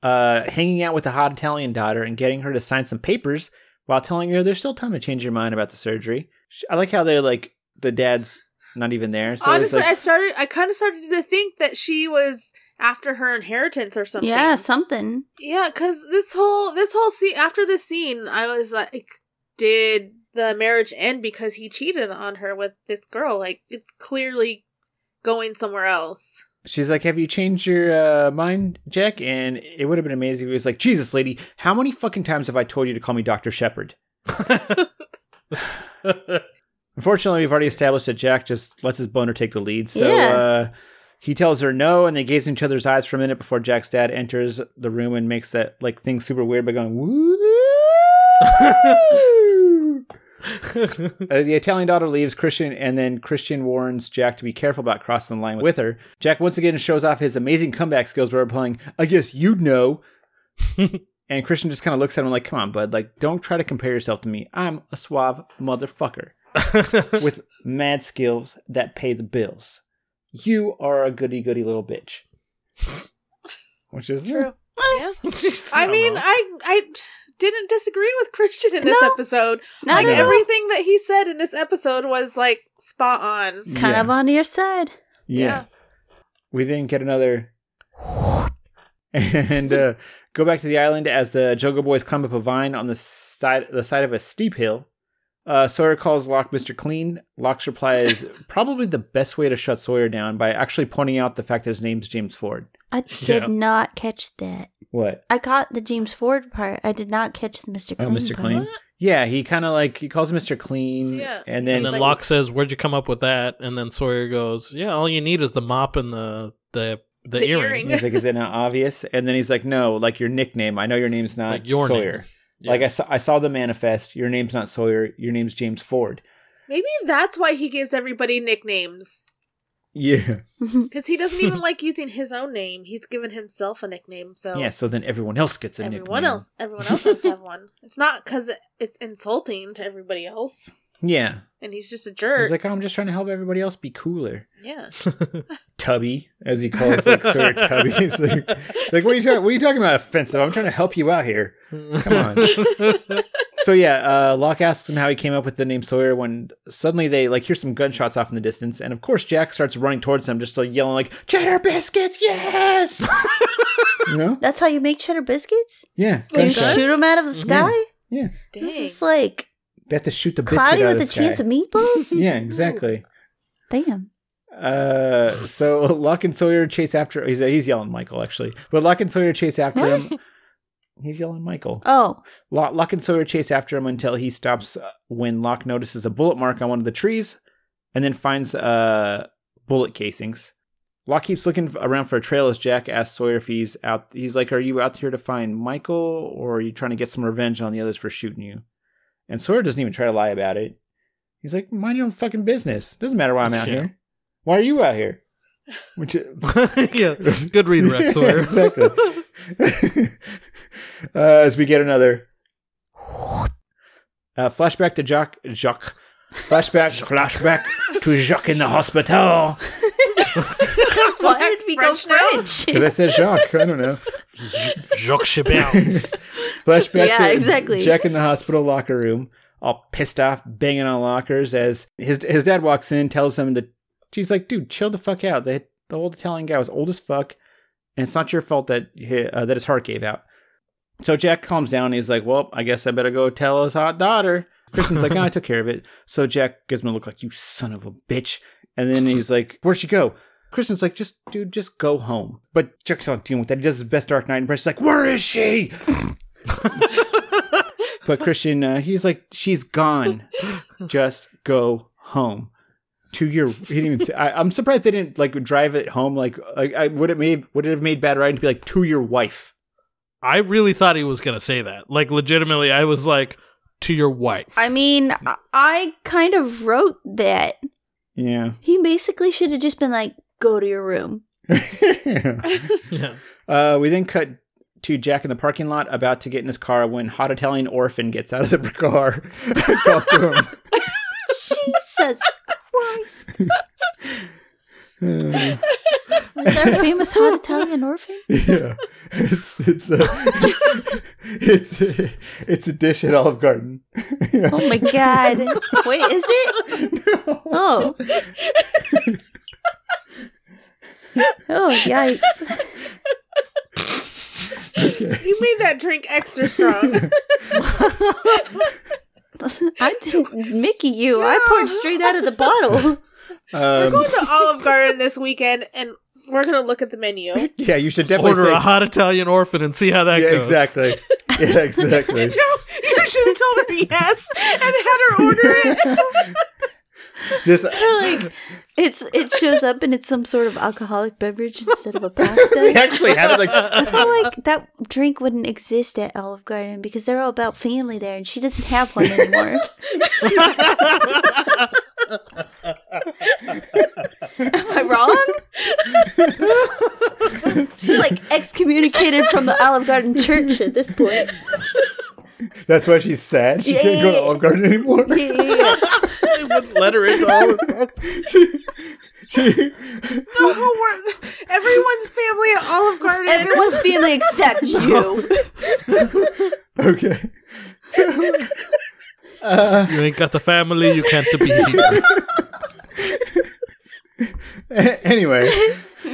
uh, hanging out with the hot Italian daughter and getting her to sign some papers while telling her there's still time to change your mind about the surgery. Sh- I like how they're like, the dad's not even there. So it's Honestly, I like, started. I kind of started to think that she was after her inheritance or something. Yeah, something. yeah. Because this whole this whole scene after this scene, I was like, did the marriage end because he cheated on her with this girl? Like, it's clearly going somewhere else. she's like, Have you changed your uh, mind, Jack? And it would have been amazing if he was like, Jesus, lady, how many fucking times have I told you to call me Dr. Shepard? Unfortunately, we've already established that Jack just lets his boner take the lead. So Yeah. uh, he tells her no, and they gaze in each other's eyes for a minute before Jack's dad enters the room and makes that like thing super weird by going woo. Uh, the Italian daughter leaves Christian, and then Christian warns Jack to be careful about crossing the line with her. Jack once again shows off his amazing comeback skills by replying, "I guess you'd know." and Christian just kind of looks at him like, "Come on, bud. Like, don't try to compare yourself to me. I'm a suave motherfucker." with mad skills that pay the bills. You are a goody goody little bitch. Which is Yeah. true. I I don't mean, know. I I didn't disagree with Christian in this No. episode. Not like at all. everything that he said in this episode was like spot on. Kind of on your side. eh, Yeah. Yeah. We didn't get another. and uh, go back to the island as the Jogo Boys climb up a vine on the side the side of a steep hill. Uh, Sawyer calls Locke Mr. Clean. Locke's reply is probably the best way to shut Sawyer down by actually pointing out the fact that his name's James Ford. I did Yeah. not catch that. What? I caught the James Ford part. I did not catch the Mr. Oh, Clean. Mr. part. Clean. Yeah, he kind of like he calls him Mr. Clean, Yeah. and then, and then like- Locke says, "Where'd you come up with that?" And then Sawyer goes, "Yeah, all you need is the mop and the the the, The earring." earring. he's like, "Is it not obvious?" And then he's like, "No, like your nickname. I know your name's not Like your Sawyer." name. Like I saw, I saw the manifest. Your name's not Sawyer. Your name's James Ford. Maybe that's why he gives everybody nicknames. Yeah. Because he doesn't even like using his own name. He's given himself a nickname. So Yeah. So then everyone else gets a everyone nickname. else, everyone else has to have one. It's not because it's insulting to everybody else, Yeah. and he's just a He's jerk. like, I'm just trying to help everybody else be cooler. yeah, Tubby, as he calls like Sawyer Tubby. He's like, like, what are you talking? What are you talking about? Offensive? I'm trying to help you out here. Come on. so yeah, uh, Locke asks him how he came up with the name Sawyer when suddenly they like hear some gunshots off in the distance, and of course Jack starts running towards them, just like yelling like "Cheddar biscuits, yes!" you know? That's how you make cheddar biscuits? Yeah, You Gunshots? shoot gunshots. them out of the sky? Yeah, This dang. is like they have to shoot the biscuit cloudy out with of a the sky. chance of meatballs? yeah, exactly. Damn. Uh, so Locke and Sawyer chase after. He's he's yelling Michael actually, but Locke and Sawyer chase after What? him. He's yelling Michael. Oh, Lo- Locke and Sawyer chase after him until he stops uh, when Locke notices a bullet mark on one of the trees and then finds uh, bullet casings. Locke keeps looking f- around for a trail as Jack asks Sawyer if he's out. He's like, Are you out here to find Michael or are you trying to get some revenge on the others for shooting you? And Sawyer doesn't even try to lie about it. He's like, Mind your own fucking business. Doesn't matter why I'm out Yeah. here. Why are you out here? Which uh, yeah, good read, rep Sawyer. exactly. uh, as we get another uh, flashback to Jacques. Jacques. Flashback. flashback to Jacques in the hospital. why did we go French now? French? Because I said Jacques. I don't know. Jacques Chabert. Flashback Yeah, to exactly. Jack in the hospital locker room, all pissed off, banging on lockers as his his dad walks in, tells him that she's like, dude, chill the fuck out. The the old Italian guy was old as fuck, and it's not your fault that hi- uh, that his heart gave out. So Jack calms down. And he's like, well, I guess I better go tell his hot daughter. Kristen's like, oh, I took care of it. So Jack gives him a look like, you son of a bitch. And then he's like, where'd she go? Kristen's like, just, dude, just go home. But Jack's not dealing with that. He does his best Dark Knight impression. He's like, where is she? But Christian, uh, he's like, she's gone. Just go home to your. He didn't even say, I, I'm surprised they didn't like drive it home. Like, like I would it made would it have made bad riding to be like to your wife? I really thought he was gonna say that. Like, legitimately, I was like, to your wife. I mean, I- I kind of wrote that. Yeah. He basically should have just been like, go to your room. yeah. uh, we then cut to Jack in the parking lot, about to get in his car when hot Italian orphan gets out of the car, calls to him. Jesus Christ. Is our famous hot Italian orphan? Yeah, it's it's a it's a, it's a dish at Olive Garden. Oh my god. Wait, is it? Oh. oh, yikes. you made that drink extra strong. I didn't Mickey you. I poured straight out of the bottle. we're Um, going to Olive Garden this weekend, and we're gonna look at the menu. No, yeah, you should definitely Order say, a hot Italian orphan and see how that yeah, goes. exactly. Yeah, exactly. you should have told her yes and had her order it. Just like it's it shows up and it's some sort of alcoholic beverage instead of a pasta. they actually had it I like feel like that drink wouldn't exist at Olive Garden because they're all about family there, and she doesn't have one anymore. Am I wrong? She's like excommunicated from the Olive Garden church at this point. that's why she's sad. She Yeah, can't go yeah, to yeah. Olive Garden anymore. Yeah, yeah, yeah. they wouldn't let her into Olive Garden. She, she, No, but we're- everyone's family at Olive Garden. Everyone's family except you. okay. So, You ain't got the family, you can't be here. A- anyway,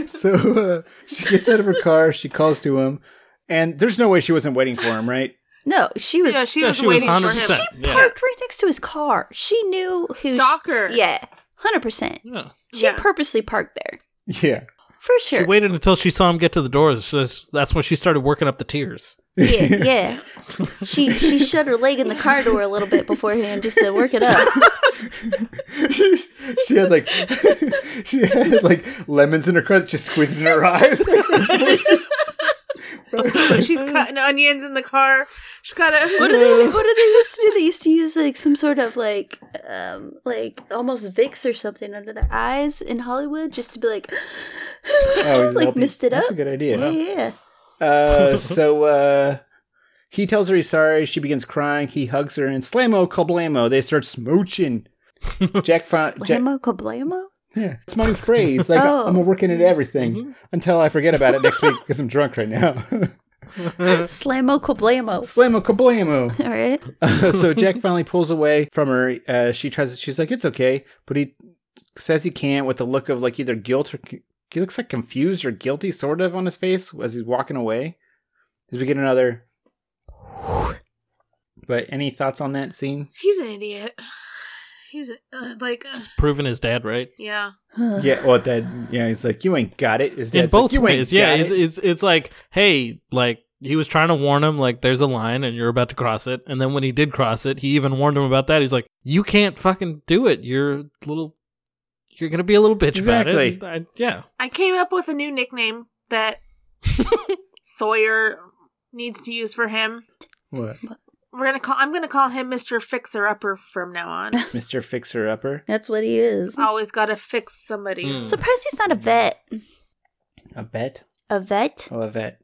so uh, she gets out of her car. She calls to him, and there's no way she wasn't waiting for him, right? No, she was yeah, she Yeah, was she was waiting 100%. for him. she yeah. parked right next to his car. She knew who Stalker. She, yeah, hundred percent. Yeah. She Yeah. purposely parked there Yeah. for sure. She waited until she saw him get to the doors. So that's- that's when she started working up the tears. Yeah, yeah. she she shut her leg in the car door a little bit beforehand just to work it up. she, she had like she had like lemons in her car that she squeezed in her eyes. She's cutting onions in the car. She's got a. What do they? What do they used to do? They used to use like some sort of like, um, like almost Vicks or something under their eyes in Hollywood, just to be like, Oh, like Walton. missed it That's up. a good idea. yeah, yeah, yeah. Uh, so uh, he tells her he's sorry. She begins crying. He hugs her and slammo kablamo. They start smooching. Jack, fin- Jack Slamo kablamo. yeah, it's my new phrase. Like Oh. I'm working at everything Mm-hmm. until I forget about it next week because I'm drunk right now. Uh-huh. Mm-hmm. Slamo kablamo. slammo kablamo. All right. so Jack finally pulls away from her. Uh, she tries. She's like, "It's okay," but he says he can't with the look of like either guilt or he looks like confused or guilty, sort of, on his face as he's walking away. As we get another. But any thoughts on that scene? He's an idiot. He's uh, like, uh, Just proving his dad right. yeah. Yeah, well, that yeah, he's like, "You ain't got it." His dad's Uh. In both like, "You ways, ain't yeah. got It's, it." it's it's like, hey, like he was trying to warn him, like there's a line and you're about to cross it, and then when he did cross it, he even warned him about that. He's like, you can't fucking do it. You're a little, you're gonna be a little bitch Exactly. about it. I, yeah, I came up with a new nickname that Sawyer needs to use for him. What, We're gonna call. I'm gonna call him Mister Fixer Upper from now on. Mister Fixer Upper, That's what he is. Always gotta fix somebody. Hmm. Mm. Surprised he's not a vet. a vet, A vet? oh, a vet.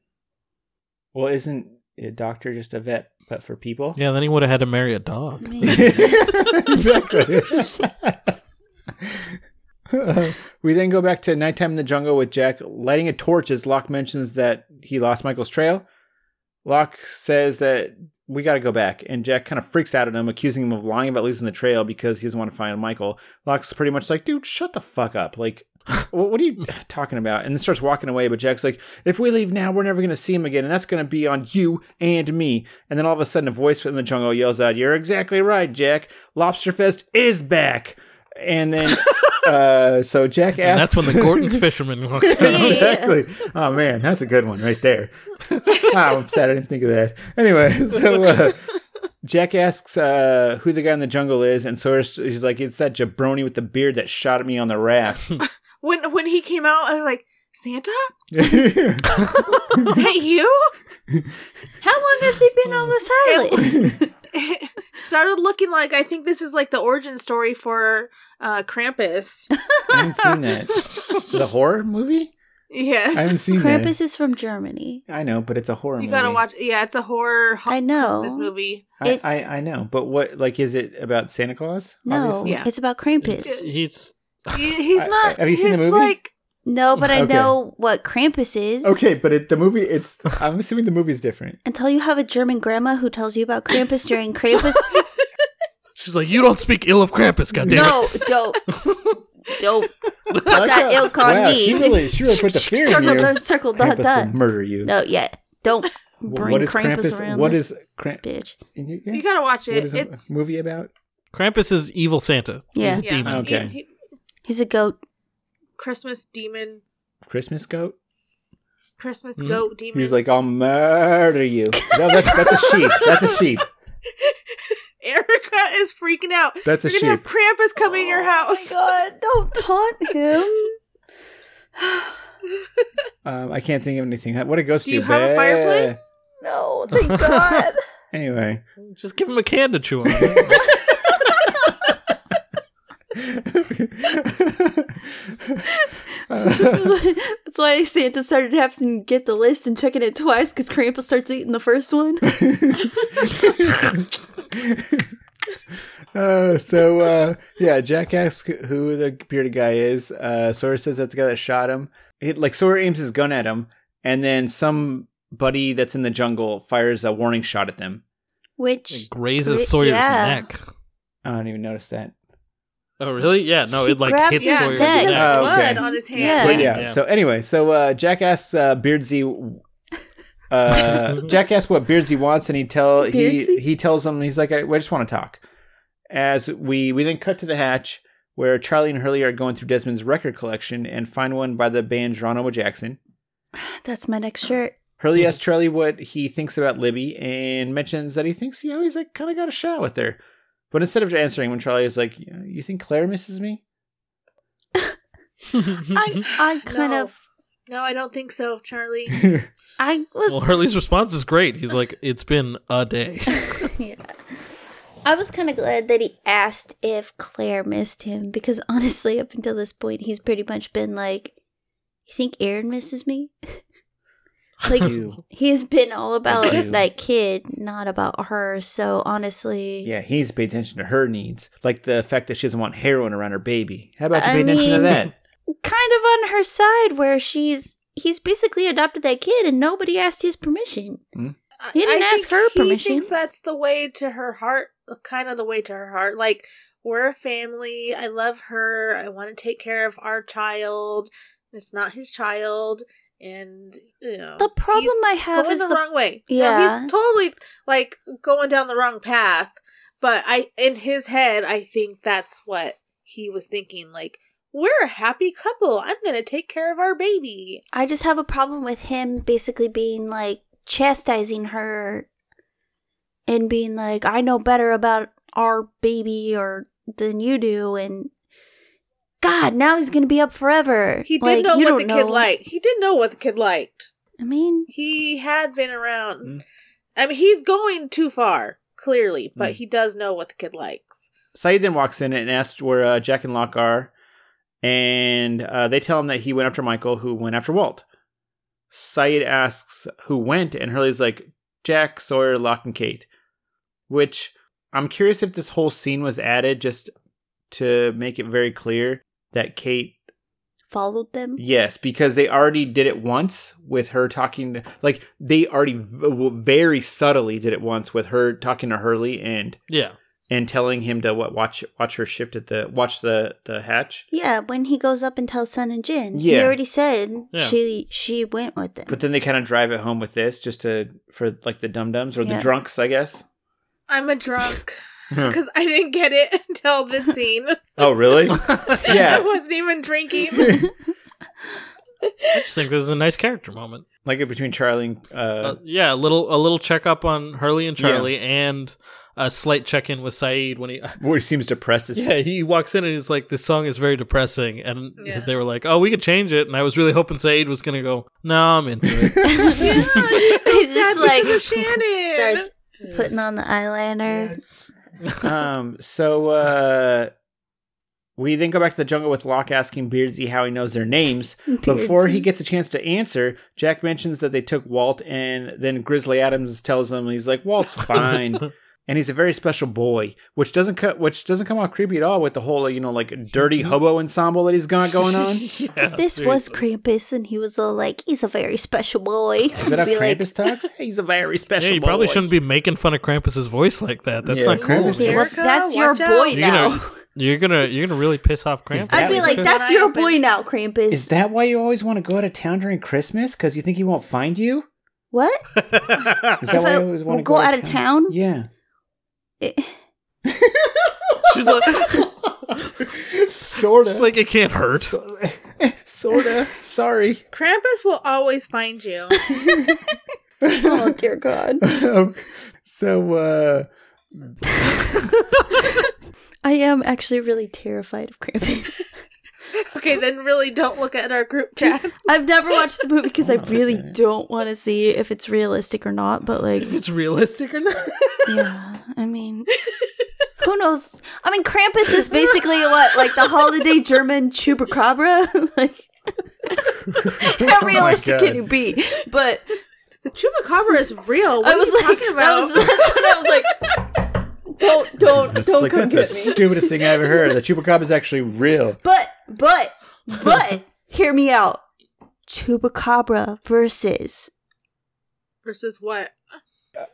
Well, isn't a doctor just a vet, but for people? yeah. Then he would have had to marry a dog. exactly. we then go back to nighttime in the jungle with Jack lighting a torch as Locke mentions that he lost Michael's trail. Locke says that we got to go back, and Jack kind of freaks out at him, accusing him of lying about losing the trail because he doesn't want to find Michael. Locke's pretty much like, dude, shut the fuck up. Like, wh- what are you talking about? And then starts walking away, but Jack's like, if we leave now, we're never going to see him again, and that's going to be on you and me. And then all of a sudden, a voice from the jungle yells out, You're exactly right, Jack. Lobsterfest is back. And then, uh, so Jack asks. And that's when the Gordon's fisherman walks out. Yeah. exactly. Oh, man, that's a good one right there. Ah, I'm sad I didn't think of that. Anyway, so. Uh, Jack asks uh, who the guy in the jungle is, and Sawyer, he's like, "It's that jabroni with the beard that shot at me on the raft." When when he came out, I was like, Santa, is that you? How long have they been on this island? It started looking like I think this is like the origin story for uh Krampus. I haven't seen that. The horror movie? I haven't Yes. seen Krampus is from Germany. that. I know, but it's a horror You movie. gotta watch yeah, it's a horror ho- I know. Christmas movie. I, it's- I, I know, but what like is it about Santa Claus? No, Obviously? Yeah. it's about Krampus. It's- he's He- he's I- not have you seen the it's movie? like No, but I Okay. know what Krampus is. Okay, but it, the movie it's I'm assuming the movie's different. Until you have a German grandma who tells you about Krampus during Krampus. she's like, you don't speak ill of Krampus, goddamn. no, don't. Don't. Put that ilk on uh, wow, me. She really, she really put the fear in circle, you. dot, circle, dot, Krampus dot. will murder you. No, yeah. Don't Wh- bring what is Krampus, Krampus? around. what this is Krampus? bitch? you gotta watch What it. is It's a movie about? Krampus is evil Santa. Yeah. Um, He's a demon. he- Okay. he- He's a goat. Christmas demon, Christmas goat. Christmas Mhm. goat demon. Hmm? He's like, I'll murder you. No, that's, that's a sheep. That's a sheep. Erica is freaking out. That's a Oh, You're gonna sheep. have Krampus come in your house. Oh God, don't taunt him. Um, I can't think of anything. What a ghost Do you have a fireplace? No, thank God. Anyway. Just give him a can to chew on. This is why, that's why Santa started having to get the list and checking it twice because Krampus starts eating the first one. Uh, so uh, yeah, Jack asks who the bearded guy is. Uh, Sora says that's the guy that shot him. It, like Sora aims his gun at him, and then somebody that's in the jungle fires a warning shot at them. Which It grazes Gra- Sawyer's yeah. neck. I don't even notice that. Oh really? Yeah. No, He it like grabs hits his Sawyer's neck. neck. Oh, blood okay. on his hand. Yeah. But yeah. Yeah. So anyway, so uh, Jack asks uh, Beardsy. Uh, Jack asks what Beardsy wants, and he tell he Beardsy? he tells him he's like, I, I just want to talk. As we we then cut to the hatch where Charlie and Hurley are going through Desmond's record collection and find one by the band Geronimo Jackson. that's my next shirt. Hurley asks Charlie what he thinks about Libby and mentions that he thinks he always like kind of got a shot with her. But instead of answering, when Charlie is like, "You think Claire misses me?" I I kind No. of No, I don't think so, Charlie. I was Well, Hurley's response is great. He's like, "It's been a day." yeah. I was kind of glad that he asked if Claire missed him because honestly, up until this point, he's pretty much been like, "You think Aaron misses me?" like You. he's been all about do. that kid, not about her. So honestly, Yeah, he needs to pay attention to her needs, like the fact that she doesn't want heroin around her baby. How about you I pay attention to mean- that? kind of on her side where she's he's basically adopted that kid and nobody asked his permission. He didn't I ask think her He permission. thinks that's the way to her heart, kind of the way to her heart. Like we're a family. I love her. I want to take care of our child. It's not his child, and you know, The problem he's I have going is the, the- wrong way. Yeah, Yeah. he's totally like going down the wrong path. But I, in his head, I think that's what he was thinking. Like we're a happy couple. I'm gonna take care of our baby. I just have a problem with him basically being like chastising her and being like, I know better about our baby or than you do and God, now he's gonna be up forever. He Like, did know you what the don't kid know. liked. He did know what the kid liked. I mean He had been around. Mm. I mean, he's going too far, clearly, but Mm. he does know what the kid likes. Saeed then walks in and asks where uh, Jack and Locke are, and uh, they tell him that he went after Michael, who went after Walt. Saeed asks who went, and Hurley's like, Jack, Sawyer, Locke, and Kate. Which I'm curious if this whole scene was added just to make it very clear that Kate followed them. Yes, because they already did it once with her talking to, like they already v- very subtly did it once with her talking to Hurley and yeah, and telling him to what watch watch her shift at the watch the the hatch. Yeah, when he goes up and tells Sun and Jin. He Yeah. already said Yeah. she she went with them. But then they kind of drive it home with this just to for like the dum dums or Yeah. the drunks, I guess. I'm a drunk because I didn't get it until this scene. oh, really? I yeah. wasn't even drinking. I just think this is a nice character moment. Like it between Charlie and uh, Uh, yeah, a little a little checkup on Hurley and Charlie, and a slight check in with Saeed when he. where he seems depressed as Yeah, he walks in and he's like, "This song is very depressing," and Yeah. they were like, "Oh, we could change it." And I was really hoping Saeed was gonna go, "No, I'm into it." he's just like Shannon. starts putting on the eyeliner. um so uh we then go back to the jungle with Locke asking Beardsy how he knows their names. But Before he Beardsy. gets a chance to answer, Jack mentions that they took Walt, and then Grizzly Adams tells him he's like, "Walt's fine, and he's a very special boy," which doesn't cut, which doesn't come out creepy at all with the whole you know like dirty Mm-hmm. hobo ensemble that he's got going on. Is Yeah, If this was seriously. Krampus and he was all like, he's a very special boy. that how I'd be like, Krampus talks? He's a very special. Yeah, you probably boy. shouldn't be making fun of Krampus's voice like that. That's Yeah, not cool. Krampus- man. well, Erica, that's your watch out. boy You're now. gonna, you're gonna, you're gonna really piss off Krampus. that I'd be what like, you- that's your boy now, Krampus. Is that why you always want to go out of town during Christmas? Because you think he won't find you? what? Is that If why I you always want to go out of town? Yeah. It- she's like, sort she's like, it can't hurt. sort of. Sorry. Krampus will always find you. oh, dear God. Um, so uh I am actually really terrified of Krampus. Okay, then really don't look at our group chat. I've never watched the movie because I really don't want to see if it's realistic or not, but like, If it's realistic or not. yeah, I mean, who knows? I mean, Krampus is basically what, like the holiday German chupacabra? like, how Oh my realistic God. can you be? But The chupacabra is real. What I was are you like, talking that about? was, that's when I was like, don't, don't, It's don't like, come that's get me. the stupidest thing I ever heard. The chupacabra is actually real. but, but, but, hear me out. Chupacabra versus Versus what?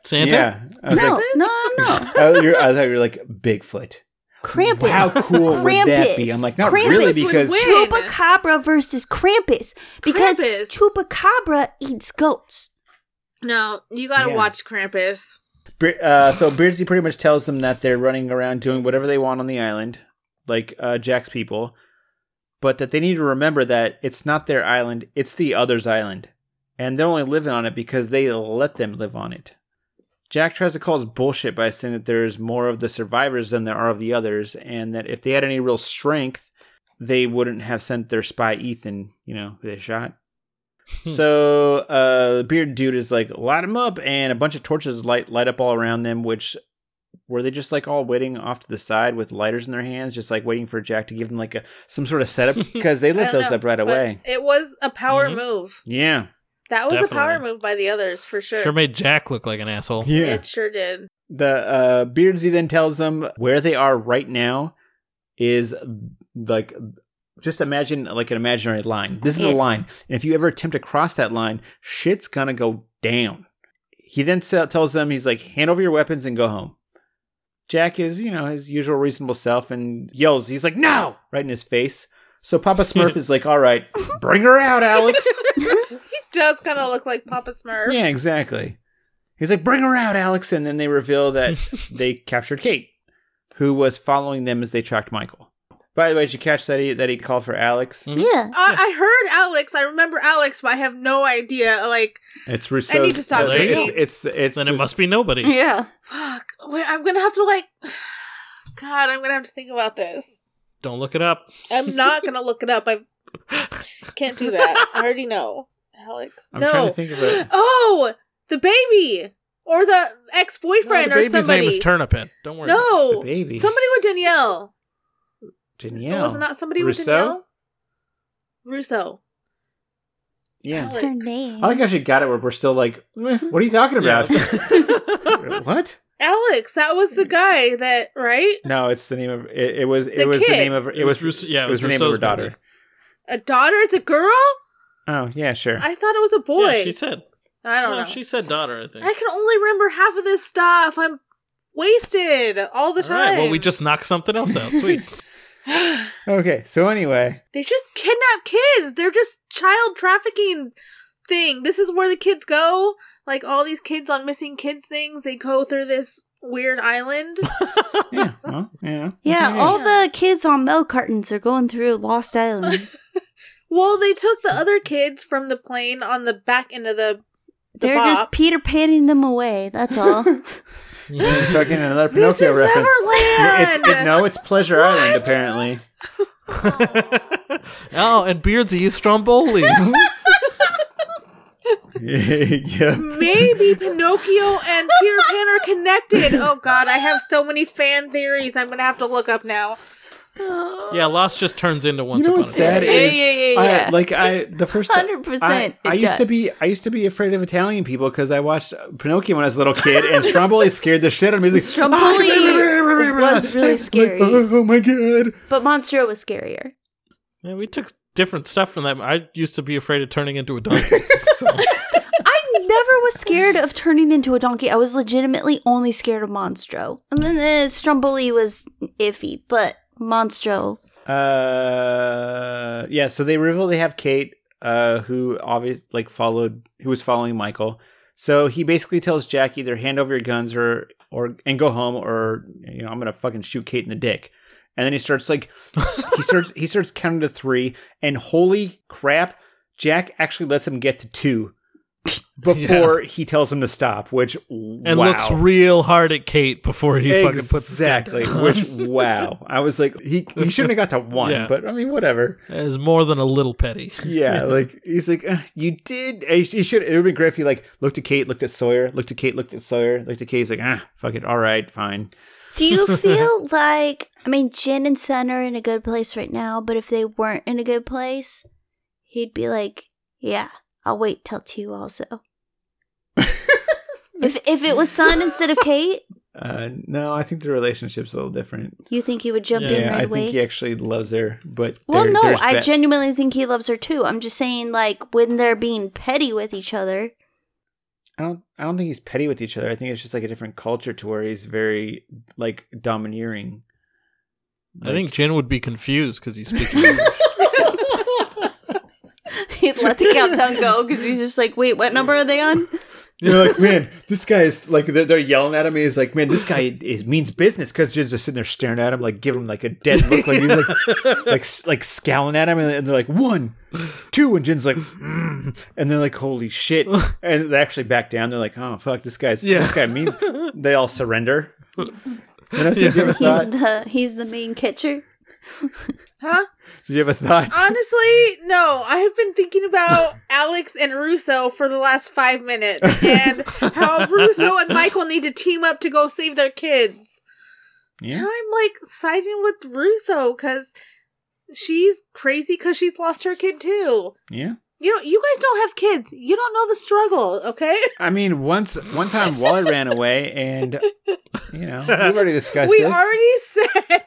Santa. Yeah. I was no, like, no, no, oh, you're, I thought you were like Bigfoot. Krampus. How cool would that be? Krampus. I'm like, not Krampus really would because win. Chupacabra versus Krampus because Krampus. Chupacabra eats goats. No, you gotta Yeah. watch Krampus. Be- uh, so Beardsy pretty much tells them that they're running around doing whatever they want on the island, like uh, Jack's people, but that they need to remember that it's not their island; it's the other's island, and they're only living on it because they let them live on it. Jack tries to call his bullshit by saying that there's more of the survivors than there are of the others, and that if they had any real strength, they wouldn't have sent their spy Ethan, you know, who they shot, so uh, the bearded dude is like, light them up, and a bunch of torches light light up all around them. Which were they just like all waiting off to the side with lighters in their hands, just like waiting for Jack to give them like a some sort of setup because they I lit don't those know, up right but away. It was a power Mhm. move. Yeah, That was a power Definitely. move by the others for sure. Sure. made Jack look like an asshole. It sure did. The uh, Beardsy then tells them where they are right now is like just imagine like an imaginary line. This is a Yeah. line, and if you ever attempt to cross that line, shit's gonna go down. He then se- tells them he's like, hand over your weapons and go home. Jack is you know his usual reasonable self and yells. He's like, no, right in his face. So Papa Smurf is like, all right, bring her out, Alex. He does kind Mm. of look like Papa Smurf. Yeah, exactly. He's like, bring her out, Alex. And then they reveal that they captured Kate, who was following them as they tracked Michael. By the way, did you catch that he, that he called for Alex? Mm. Yeah. I, Uh, I heard Alex. I remember Alex, but I have no idea. Like, It's Rousseau's. I need to stop Well, there you It's, go. it's, it's- then it must be nobody. Yeah. fuck. Wait, I'm gonna have to like. God, I'm gonna have to think about this. Don't look it up. I'm not gonna look it up. I can't do that. I already know, Alex. I'm no. trying to think of it. Oh, the baby or the ex No, the boyfriend or baby's somebody. name is Turnipin. Don't worry. The no, baby. Oh, somebody with Danielle. Danielle. Oh, Was it not somebody with Rousseau? Danielle? Russo. yeah. That's her name. I like how she got it where we're still like, "Meh, what are you talking about? what? Alex, that was Mm. the guy that right No, it's the name of it. It was it The was the kid. name of it, was, Rousseau- yeah, it was the name of her Rousseau's daughter. movie. a daughter. It's a girl. Oh yeah, sure. I thought it was a boy. Yeah, she said. I don't no, know. she said daughter. I think. I can only remember half of this stuff. I'm wasted all the All time. right, well, we just knocked something else out. Sweet. okay, so anyway, they just kidnap kids. They're just child trafficking thing. This is where the kids go. Like all these kids on missing kids things, they go through this weird island. yeah, well, yeah, yeah, Okay. all the kids on milk cartons are going through Lost Island. well, they took the other kids from the plane on the back end of the. the They're box. just Peter Panning them away. That's all. fucking another This Pinocchio is reference. Neverland. It's- it- no, it's Pleasure Island apparently. oh, and Beardsy used Stromboli. yeah. Maybe Pinocchio and Peter Pan are connected. Oh God, I have so many fan theories. I'm gonna have to look up now. yeah, Lost just turns into once you know upon what's a time. sad Yeah, is yeah, yeah, I- yeah. like I the first time- 100% I, I it used to does. be I used to be afraid of Italian people because I watched Pinocchio when I was a little kid and Stromboli scared the shit out of me. Like, Stromboli was really Like, scary. oh, oh my god! but Monstro was scarier. Yeah, we took different stuff from that. I used to be afraid of turning into a donkey. so, I never was scared of turning into a donkey. I was legitimately only scared of Monstro. And then uh, Stromboli was iffy, but Monstro. Uh, yeah. So they reveal they have Kate, uh, who obviously like followed, who was following Michael. So he basically tells Jack either hand over your guns or or and go home, or you know I'm gonna fucking shoot Kate in the dick. And then he starts like he starts he starts counting to three, and holy crap, Jack actually lets him get to two before he tells him to stop. Which and wow. looks real hard at Kate before he fucking puts his dick exactly. Which wow, I was like, he he shouldn't have got to one, Yeah. but I mean, whatever. down. It's more than a little petty. Yeah, like he's like, "Uh, you did. He, he should. It would have been great if he like looked at Kate, looked at Sawyer, looked at Kate, looked at Sawyer, looked at Kate. He's like, ah, fuck it, all right, fine. Do you feel like, I mean, Jin and Sen are in a good place right now, but if they weren't in a good place, he'd be like, yeah, I'll wait till two also. if, if it was Sun instead of Kate, Uh, no, I think the relationship's a little different. you think he would jump Yeah, in Yeah, right I away? think he actually loves her, but Well, there- no, there's I that- genuinely think he loves her too. I'm just saying, like, when they're being petty with each other. I don't. I don't think he's petty with each other. I think it's just like a different culture to where he's very like domineering. I think Jen would be confused because he's speaking. English. He'd let the countdown go because he's just like, wait, what number are they on? You're like, man, this guy is like, they're, they're yelling at him. He's like, man, this guy is, means business because Jid's just sitting there staring at him, like, giving him like a dead look. Like, he's like, like, s- like scowling at him. And, and they're like, one, two. And Jin's like, mm. and they're like, holy shit. And they actually back down. They're like, oh, fuck, this guy's, Yeah. this guy means, they all surrender. And I was Yeah. thinking, I He's thought, the he's the main catcher. Huh? Did you have a thought? Uh, Honestly, no. I have been thinking about Alex and Russo for the last five minutes and how Russo and Michael need to team up to go save their kids. And yeah. I'm like siding with Russo because she's crazy because she's lost her kid too. Yeah. You know, you guys don't have kids. You don't know the struggle, okay? I mean, once one time Wally ran away, and you know we already discussed we this. already said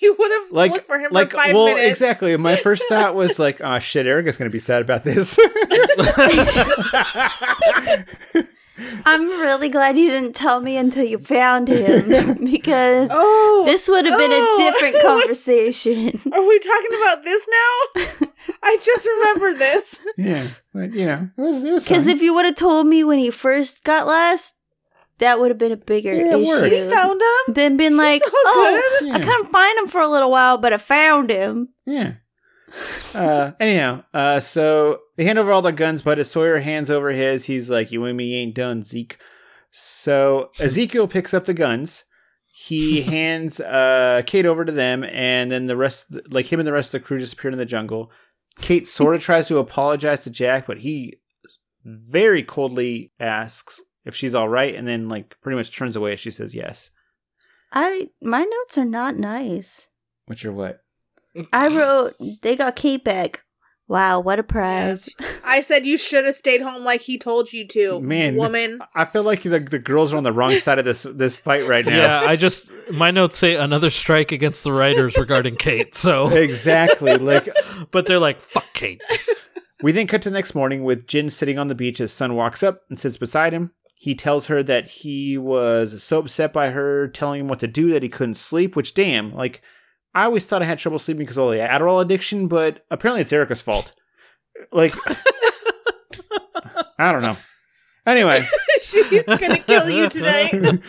you would have like, looked for him like, for five well, minutes. exactly. My first thought was like, "Oh shit, Erica's gonna be sad about this." I'm really glad you didn't tell me until you found him because Oh, this would have been oh. a different conversation. Are we talking about this now? I just remember this. yeah, but you know, it was it was Because fine. if you would have told me when he first got lost, that would have been a bigger Yeah, it worked. issue. Found him. Then been like, so oh, good." I Yeah. couldn't find him for a little while, but I found him. Yeah. Uh, anyhow, uh, so they hand over all their guns, but as Sawyer hands over his, he's like, "You and me ain't done, Zeke." So Ezekiel picks up the guns. He hands uh, Kate over to them, and then the rest, like him and the rest of the crew, disappear in the jungle. Kate sort of tries to apologize to Jack, but he very coldly asks if she's all right, and then like pretty much turns away. She says yes, I my notes are not nice. which are what? I wrote they got Kate back. Wow, what a prize! I said you should have stayed home like he told you to. Man. woman. I feel like the, the girls are on the wrong side of this this fight right Yeah, now. I just my notes say another strike against the writers regarding Kate. So, Exactly. Like but they're like, "Fuck Kate." we then cut to the next morning with Jin sitting on the beach as Sun walks up and sits beside him. He tells her that he was so upset by her telling him what to do that he couldn't sleep, which damn, like I always thought I had trouble sleeping because of all the Adderall addiction, but apparently it's Erica's fault. Like I don't know. Anyway, She's gonna kill you tonight.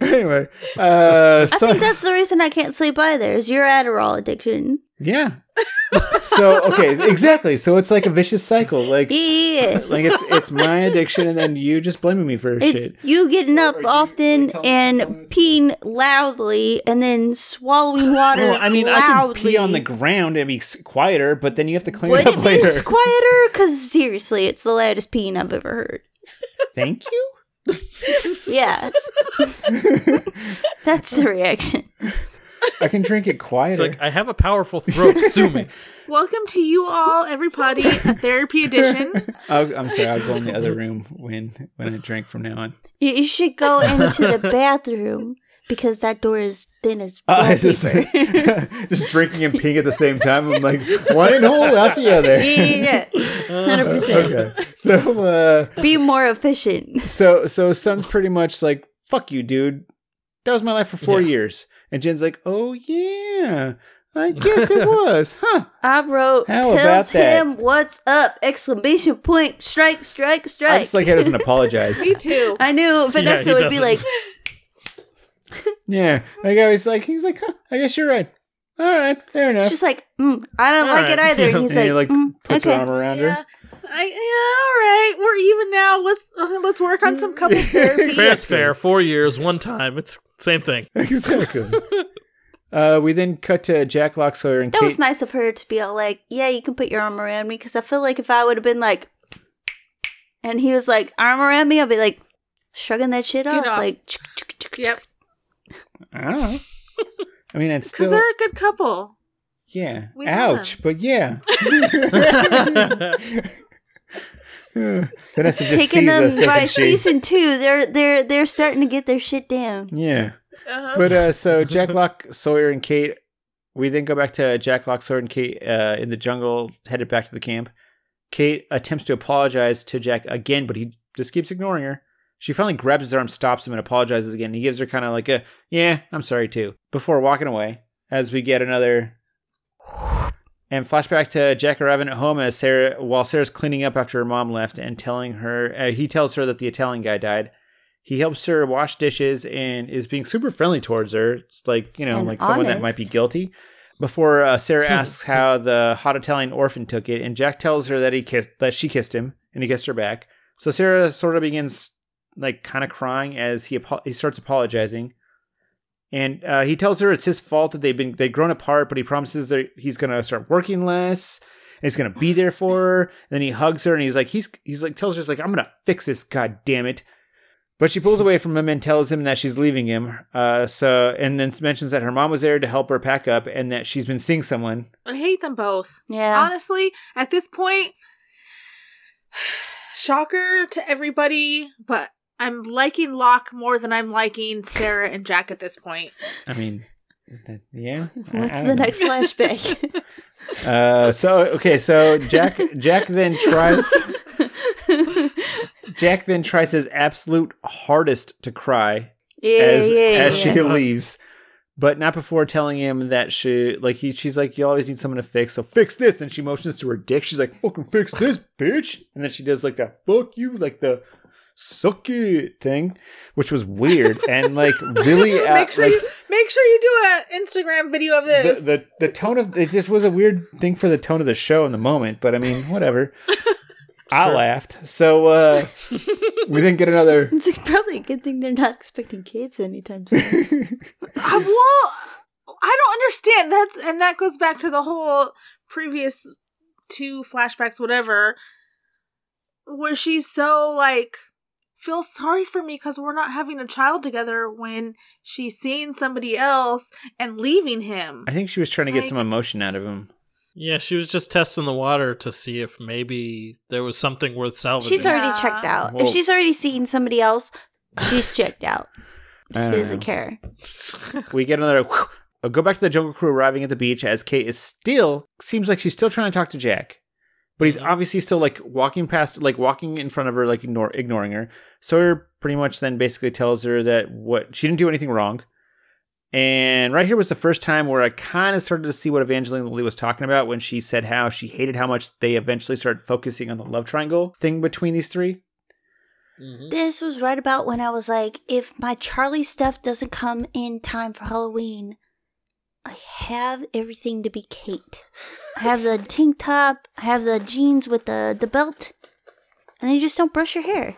anyway, uh, I Sun- think that's the reason I can't sleep either. Is your Adderall addiction? yeah. so okay, exactly. So it's like a vicious cycle. Like Yeah. like it's it's my addiction and then you just blaming me for It's shit you getting up often and peeing loudly and then swallowing water. well, i mean i loudly. could pee on the ground and be s- quieter but then you have to clean Would it it up later be quieter? Because seriously, it's the loudest peeing I've ever heard. thank you Yeah. That's the reaction. i can drink it It's quieter like I have a powerful throat. Sue me. Welcome to you all, everybody, a therapy edition. I'll, i'm sorry i'll go in the other room when when i drink from now on You, you should go into the bathroom because that door is thin as Uh, wallpaper. just, just drinking and peeing at the same time i'm like one in hole out the other yeah, hundred percent. okay so uh Be more efficient. So so Sun's pretty much like, fuck you, dude. That was my life for four Yeah. years. And Jen's like, oh yeah, I guess it was, huh? I wrote How tells about that?" him what's up! Exclamation point! Strike! Strike! Strike! I just like how he doesn't apologize. Me too. I knew Vanessa he would be like, doesn't. yeah, like I was like, he's like, huh? I guess you're right. All right, fair enough. she's like, mm, I don't All like it right. either. And Yeah. he's and he like, like mm, puts okay. her arm around Yeah. her. I, yeah, all right. We're even now. Let's uh, let's work on some couple therapy. Fair's fair. Four years, one time. It's same thing. Exactly. uh, we then cut to Jack Lock Sawyer and that Kate. was nice of her to be all like, yeah, you can put your arm around me. Because I feel like if I would have been like, and he was like, arm around me, I'd be like, shrugging that shit off. off. Like, Yep, I don't know. I mean, it's because still they're a good couple. yeah. we love Ouch, but yeah. Vanessa just taking sees us, them doesn't by she? season two, they're they're they're starting to get their shit down. Yeah. Uh-huh. But uh so Jack Lock, Sawyer, and Kate we then go back to Jack Lock, Sawyer, and Kate uh in the jungle, headed back to the camp. Kate attempts to apologize to Jack again, but he just keeps ignoring her. She finally grabs his arm, stops him, and apologizes again. He gives her kind of like a yeah, I'm sorry too, before walking away. As we get another and flashback to Jack arriving at home as Sarah while Sarah's cleaning up after her mom left and telling her uh, he tells her that the Italian guy died. He helps her wash dishes and is being super friendly towards her. It's like, you know, And like someone that honest. might be guilty. Before uh, Sarah asks how the hot Italian orphan took it, and Jack tells her that he kissed that she kissed him and he kissed her back. So Sarah sort of begins like kind of crying as he apo- he starts apologizing. And uh, he tells her it's his fault that they've been they've grown apart, but he promises that he's gonna start working less. And he's gonna be there for her. And then he hugs her and he's like he's he's like tells her he's like I'm gonna fix this, god damn it. But she pulls away from him and tells him that she's leaving him. Uh, so and then mentions that her mom was there to help her pack up and that she's been seeing someone. I hate them both. Yeah. Honestly, at this point, shocker to everybody, but I'm liking Locke more than I'm liking Sarah and Jack at this point. I mean, that- yeah. I- I What's don't the know. next flashback? Uh, so okay, so Jack Jack then tries Jack then tries his absolute hardest to cry yeah, as yeah, as yeah. she leaves, but not before telling him that she like he she's like you always need someone to fix so fix this. Then she motions to her dick. She's like fucking fix this bitch, and then she does like that fuck you like the suck it thing, which was weird and like really uh, make sure like, you make sure you do an Instagram video of this. the, the the tone of it just was a weird thing for the tone of the show in the moment, but I mean, whatever. I laughed. So uh we didn't get another It's like probably a good thing they're not expecting kids anytime soon. I, Uh, well, I don't understand. That's and that goes back to the whole previous two flashbacks, whatever, where she's so like feel sorry for me because we're not having a child together when she's seeing somebody else and leaving him. I think she was trying to get Like- some emotion out of him. Yeah, she was just testing the water to see if maybe there was something worth salvaging. She's already Yeah. checked out. Well- if she's already seen somebody else, she's checked out. She I don't doesn't know. care. We get another Uh, go back to the jungle crew arriving at the beach as Kate is still seems like she's still trying to talk to Jack. But he's Mhm. obviously still like walking past like walking in front of her, like ignore, ignoring her. Sawyer pretty much then basically tells her that what she didn't do anything wrong. And right here was the first time where I kind of started to see what Evangeline Lilly was talking about when she said how she hated how much they eventually started focusing on the love triangle thing between these three. Mhm. This was right about when I was like, if my Charlie stuff doesn't come in time for Halloween, I have everything to be Kate. I have the tank top, I have the jeans with the, the belt, and then you just don't brush your hair.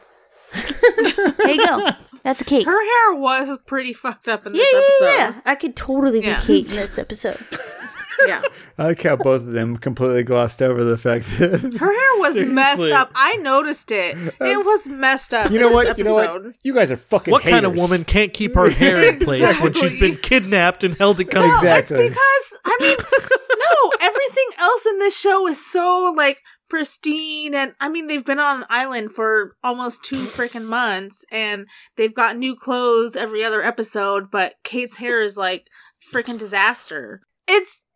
there you go. That's a Kate. Her hair was pretty fucked up in yeah, this yeah, yeah. episode. I could totally be Yeah. Kate in this episode. Yeah. I like how both of them completely glossed over the fact that Her hair was messed Seriously. up. I noticed it. It was messed up. Um, You in know this what? You know what? episode. You guys are fucking. What kind of haters. woman can't keep her hair in place when she's Exactly. been kidnapped and held in custody? No, Exactly. it's because I mean, no, everything else in this show is so like pristine, and I mean, they've been on an island for almost two freaking months, and they've got new clothes every other episode, but Kate's hair is like freaking disaster. It's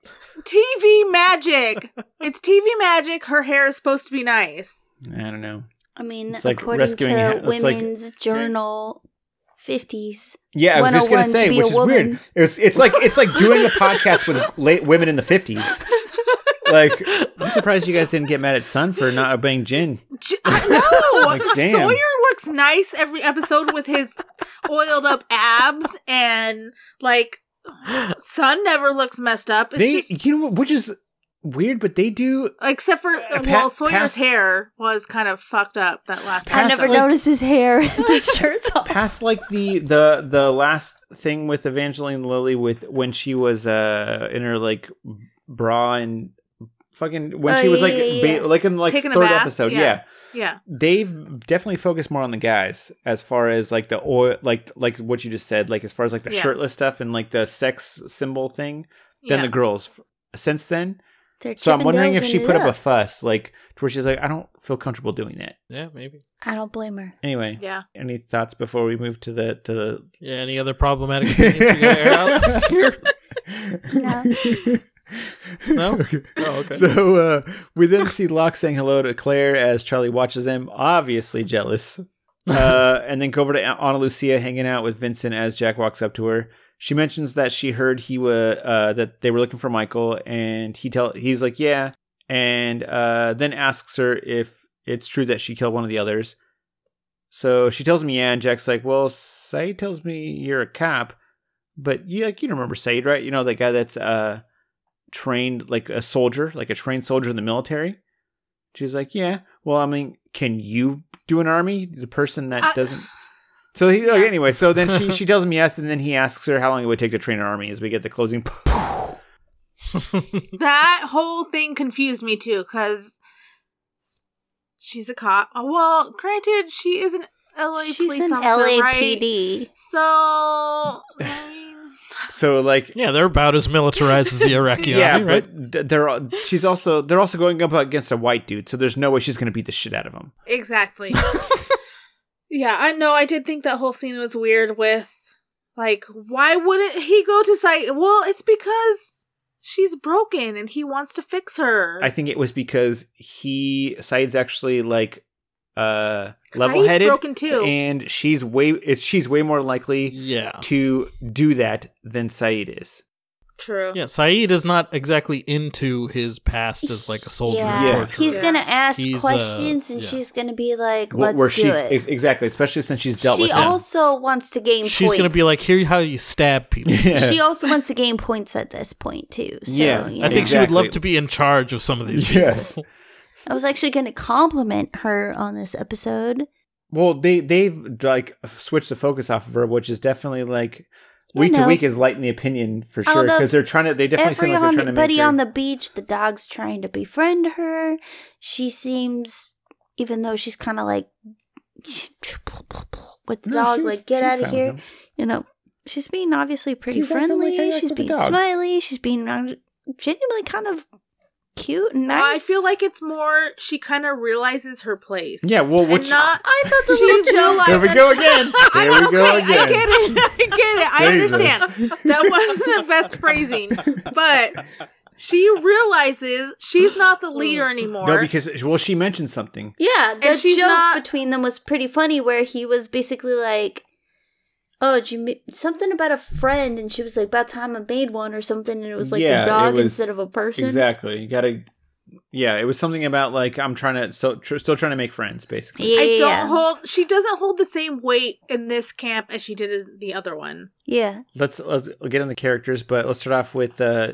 TV magic. It's TV magic. Her hair is supposed to be nice. I don't know. I mean, It's like according to rescuing ha- it's like- Women's Journal 50s. Yeah, I was just gonna 101 to say, be which a is woman. weird. It's it's like it's like doing a podcast with late women in the fifties. Like, I'm surprised you guys didn't get mad at Sun for not obeying Jin. J- I- no, Like, damn. Sawyer looks nice every episode with his oiled up abs and like Sun never looks messed up. It's They, just you know, what, which is weird, but they do. except for pa- well, Sawyer's past- hair was kind of fucked up that last. I Past, never like- noticed his hair. his shirt's off. Past like the the the last thing with Evangeline Lilly with when she was uh in her like bra and fucking when Oh, she was yeah, like yeah, ba- yeah. like in like Taking a third bath, episode, yeah. yeah. Yeah, they've definitely focused more on the guys as far as like the oil like like what you just said like as far as like the Yeah. shirtless stuff and like the sex symbol thing yeah. than the girls f- since then They're so i'm Chippendales wondering if in she it put up. a fuss like to where she's like i don't feel comfortable doing that Yeah, maybe. I don't blame her. anyway yeah. any thoughts before we move to the to the Yeah, any other problematic opinions you gotta air out here? No? Oh, okay. So uh, we then see Locke saying hello to Claire as Charlie watches them, obviously jealous. Uh, and then go over to Anna Lucia hanging out with Vincent as Jack walks up to her. She mentions that she heard he was uh, that they were looking for Michael, and he tell he's like yeah, and uh, then asks her if it's true that she killed one of the others. So she tells him yeah, and Jack's like, well, Said tells me you're a cop, but you like you remember Said right? You know that guy that's uh trained like a soldier, like a trained soldier in the military? She's like, Yeah. Well, I mean, can you do an army? The person that I- doesn't So he like, anyway, so then she she tells him yes, and then he asks her how long it would take to train an army as we get the closing. that whole thing confused me too because she's a cop. Well, granted, she is an LA She's police an officer, right? LAPD. So I mean, so like Yeah, they're about as militarized as the Iraqi yeah, army, right? but th- they're all- she's also they're also going up against a white dude, so there's no way she's gonna beat the shit out of him. exactly. yeah, I know. I did think that whole scene was weird. With like, why wouldn't he go to site? Well, it's because she's broken and he wants to fix her. I think it was because he Said's actually like uh Saeed's level headed, broken too. and she's way it's she's way more likely Yeah. to do that than Said is. True. Yeah, Saeed is not exactly into his past as like a soldier. Yeah, Yeah. Yeah. he's gonna ask He's, uh, questions, and yeah. she's gonna be like, Wh- "Let's Where do she's it." ex- exactly, especially since she's dealt she with him. also wants to gain. She's points. gonna be like, here how you stab people. Yeah. She also wants to gain points at this point too. So, Yeah, you I think know. she would Exactly. love to be in charge of some of these people. Yes. I was actually gonna compliment her on this episode. Well, they they've like switched the focus off of her, which is definitely like You week know, to week is light in the opinion for out sure of because they're trying to. They definitely seem like they're trying to make Everybody her, on the beach, the dog's trying to befriend her. She seems, even though she's kind of like with the No, dog, she was- like get she out of found here. him. you know, she's being obviously pretty She's acting friendly. like I like she's with the being dog. smiley. She's being uh, genuinely kind of cute and Well, nice. I feel like it's more she kind of realizes her place. Yeah, well, and which not. I thought the She little realized- there we go again. I'm There we go okay, I again. get it. I get it. I Jesus. understand. That wasn't the best phrasing, but she realizes she's not the leader anymore. No, because well, she mentioned something. yeah, the And she's joke not- between them was pretty funny, where he was basically like, "Oh, did you ma- something about a friend," and she was like, "About time I made one" or something, and it was like Yeah, a it dog was- instead of a person. Exactly. You gotta. Yeah, it was something about like I'm trying to still tr- still trying to make friends, basically. Yeah, I yeah, don't hold. She doesn't hold the same weight in this camp as she did in the other one. yeah. Let's let's get on the characters, but let's start off with uh,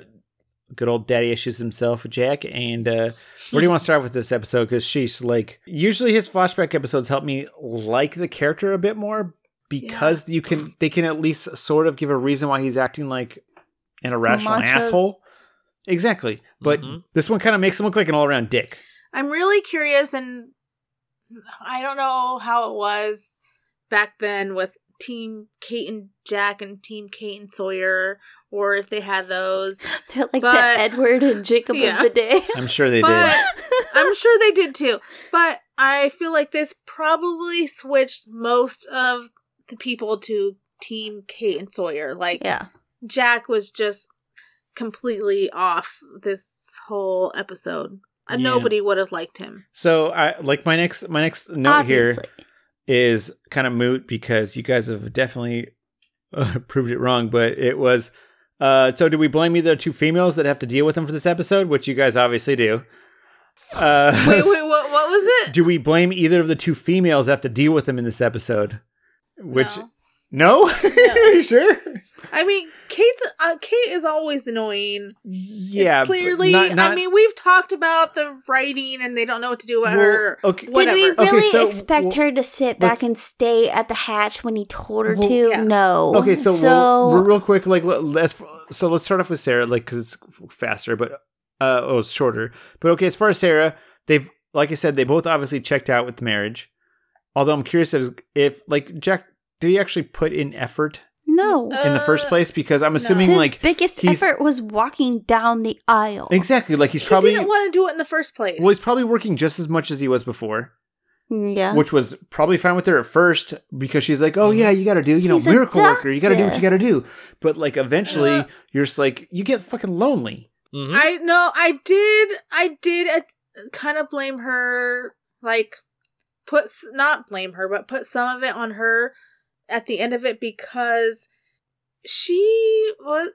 good old daddy issues himself, Jack. And uh, where do you want to start with this episode? Because she's like, usually his flashback episodes help me like the character a bit more because you can they can at least sort of give a reason why he's acting like an irrational Macho. Mm-hmm. asshole. Exactly, but Mhm. this one kind of makes him look like an all around dick. I'm really curious, and I don't know how it was back then with Team Kate and Jack and Team Kate and Sawyer, or if they had those. They're like But- the Edward and Jacob Yeah. of the day. I'm sure they did. but I'm sure they did too. But I feel like this probably switched most of the people to Team Kate and Sawyer. Like yeah, Jack was just completely off this whole episode. Uh, Yeah. Nobody would have liked him. So I like my next my next note obviously. here is kind of moot because you guys have definitely uh, proved it wrong, but it was uh so do we blame either two females that have to deal with them for this episode, which you guys obviously do. Uh Wait, wait, what, what was it? do we blame either of the two females that have to deal with them in this episode? Which No. no? Are you sure? I mean, Kate's uh, Kate is always annoying. Yeah. but it's clearly. not- I not- mean, we've talked about the writing, and they don't know what to do about Well, her. okay. Did whatever. Did we Okay, really so- expect well, her to sit back let's- and stay at the hatch when he told her Well, to? yeah. No. Okay, so, we'll- we're real quick, like le- let's so let's start off with Sarah, like because it's f- faster, but uh, oh, it's shorter. But okay, as far as Sarah, they've like I said, they both obviously checked out with the marriage. Although I'm curious if, if like Jack, did he actually put in effort no. in the first Uh, place? Because I'm assuming His like biggest he's- effort was walking down the aisle. exactly like he's he probably didn't want to do it in the first place. well, he's probably working just as much as he was before, Yeah. which was probably fine with her at first because she's like, "Oh yeah, you got to do, you know, He's a miracle worker, you got to do what you doctor. got to do." But like eventually, Uh. you're just like you get fucking lonely. Mhm. I no, I did, I did uh, kind of blame her, like put s- not blame her, but put some of it on her at the end of it because she was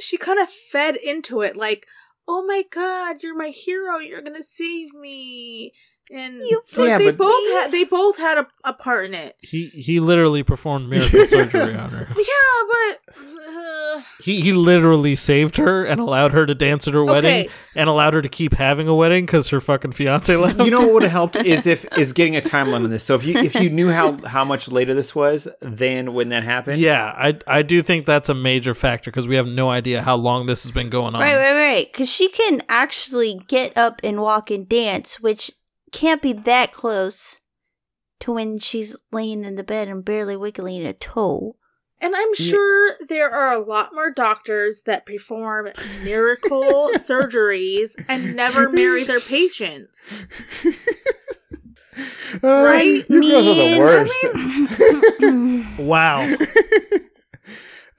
she kind of fed into it, like, oh my god, you're my hero, you're gonna save me, And You but Yeah, they but- both had they both had a, a part in it. He he literally performed miracle surgery on her. Yeah, but uh, He he literally saved her and allowed her to dance at her wedding Okay. and allowed her to keep having a wedding because her fucking fiance left. you know what would have helped is if is getting a time limit on this. So if you if you knew how how much later this was than when that happened, yeah, I I do think that's a major factor because we have no idea how long this has been going on. Right, right, right. Because she can actually get up and walk and dance, which can't be that close to when she's laying in the bed and barely wiggling a toe. and I'm sure there are a lot more doctors that perform miracle surgeries and never marry their patients. right? You girls are the mean- worst. Wow. Oh.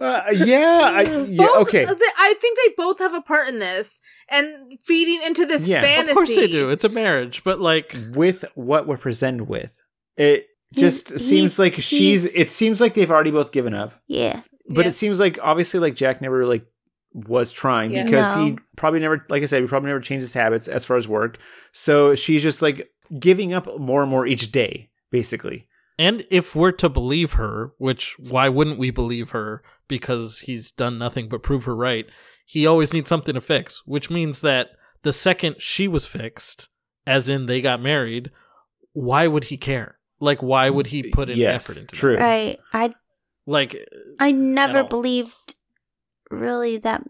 Uh, yeah, I, yeah, Both- okay. th- I think they both have a part in this and feeding into this Yeah. Of fantasy. of course they do. It's a marriage, but like With what we're presented with, it just He's- seems he's- like she's. he's- It seems like they've already both given up. Yeah. But Yes. it seems like obviously like Jack never like was trying Yeah. because he No. probably never like I said, he probably never changed his habits as far as work. So she's just like giving up more and more each day, basically. and if we're to believe her, which why wouldn't we believe her because he's done nothing but prove her right. He always needs something to fix, which means that the second she was fixed, as in they got married, why would he care? Like why would he put in Yes, effort into true. that? Right. I Like I At never all. believed really that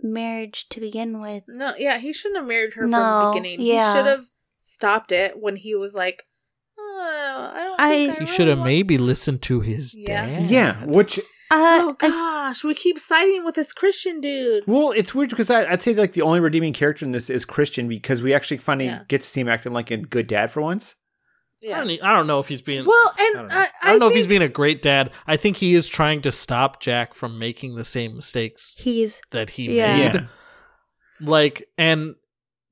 marriage to begin with. No, yeah, he shouldn't have married her No, from the beginning. yeah. He should have stopped it when he was like, oh, I don't I- think I he really should have want-" maybe listened to his Yeah. dad. Yeah, which Uh, Oh gosh, we keep siding with this Christian dude. well, it's weird because I, I'd say like the only redeeming character in this is Christian because we actually finally Yeah. get to see him acting like a good dad for once. I Yeah. don't, e- I don't know if he's being Well, and I don't know, I, I don't know if he's think- being a great dad. I think he is trying to stop Jack from making the same mistakes he's that he Yeah. made. Like, and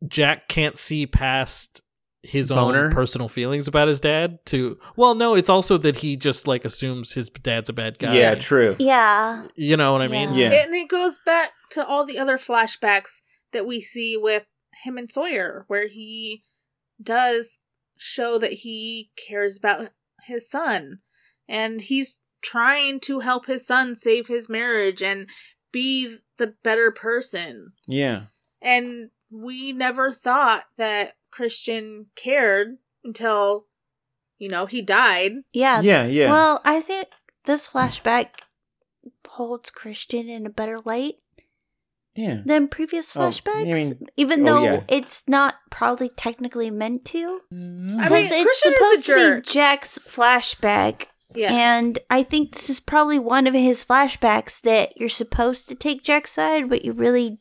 Jack can't see past his Boner? own personal feelings about his dad. To well, no, it's also that he just like assumes his dad's a bad guy. yeah, true. yeah. You know what I Yeah. mean? Yeah. and it goes back to all the other flashbacks that we see with him and Sawyer, where he does show that he cares about his son, and he's trying to help his son save his marriage and be the better person. Yeah. And we never thought that Christian cared until, you know, he died. Yeah. Yeah, yeah. Well, I think this flashback holds Christian in a better light yeah. than previous Oh, I flashbacks, mean- even oh, though yeah. it's not probably technically meant to. Mm-hmm. I mean, Because it's Christian supposed is a jerk. to be Jack's flashback, Yeah. and I think this is probably one of his flashbacks that you're supposed to take Jack's side, but you really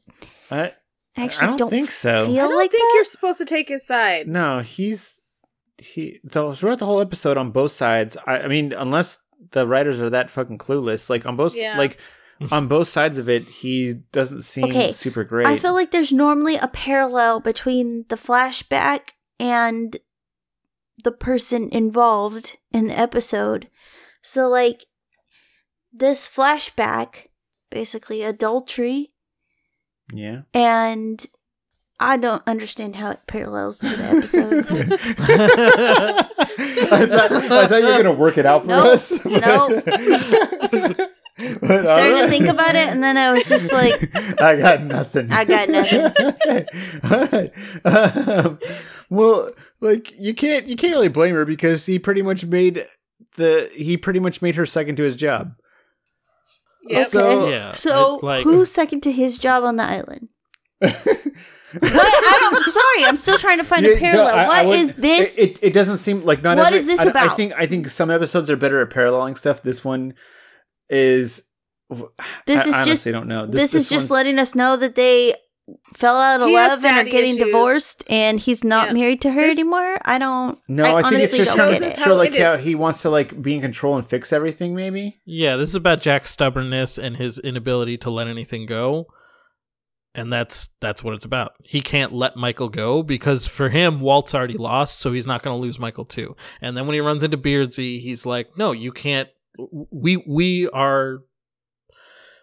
I, actually don't don't, think so. Feel I don't like think that? you're supposed to take his side. No, he's he so throughout the whole episode on both sides. I, I mean, unless the writers are that fucking clueless, like on both Yeah. like on both sides of it, he doesn't seem Okay, super great. I feel like there's normally a parallel between the flashback and the person involved in the episode. So, like, this flashback, basically adultery, yeah. and I don't understand how it parallels to the episode. I, thought, I thought you were gonna work it out for Nope, us. nope. But all Started to right. think about it, and then I was just like, I got nothing. I got nothing. All right. Um, well, like you can't you can't really blame her because he pretty much made the he pretty much made her second to his job. Yep. So Yeah, so it's like- who's second to his job on the island? what? I don't. Sorry, I'm still trying to find Yeah, a no, parallel. I- What I is would- this? It, it, it doesn't seem like not. What every- is this I don't- I about? think I think some episodes are better at paralleling stuff. This one is. This I is honestly just- don't know. this, is just one's- letting us know that they fell out of He has love and are daddy getting issues. divorced and he's not Yeah. married to her There's- anymore i don't No, I I, think it's honestly just don't trying get to it. show like How it how he wants to like be in control and fix everything. Maybe. Yeah, this is about Jack's stubbornness and his inability to let anything go. And that's that's what it's about. He can't let Michael go because for him, Walt's already lost, so he's not going to lose Michael too. And then when he runs into Beardsy, he's like, "No, you can't. We we are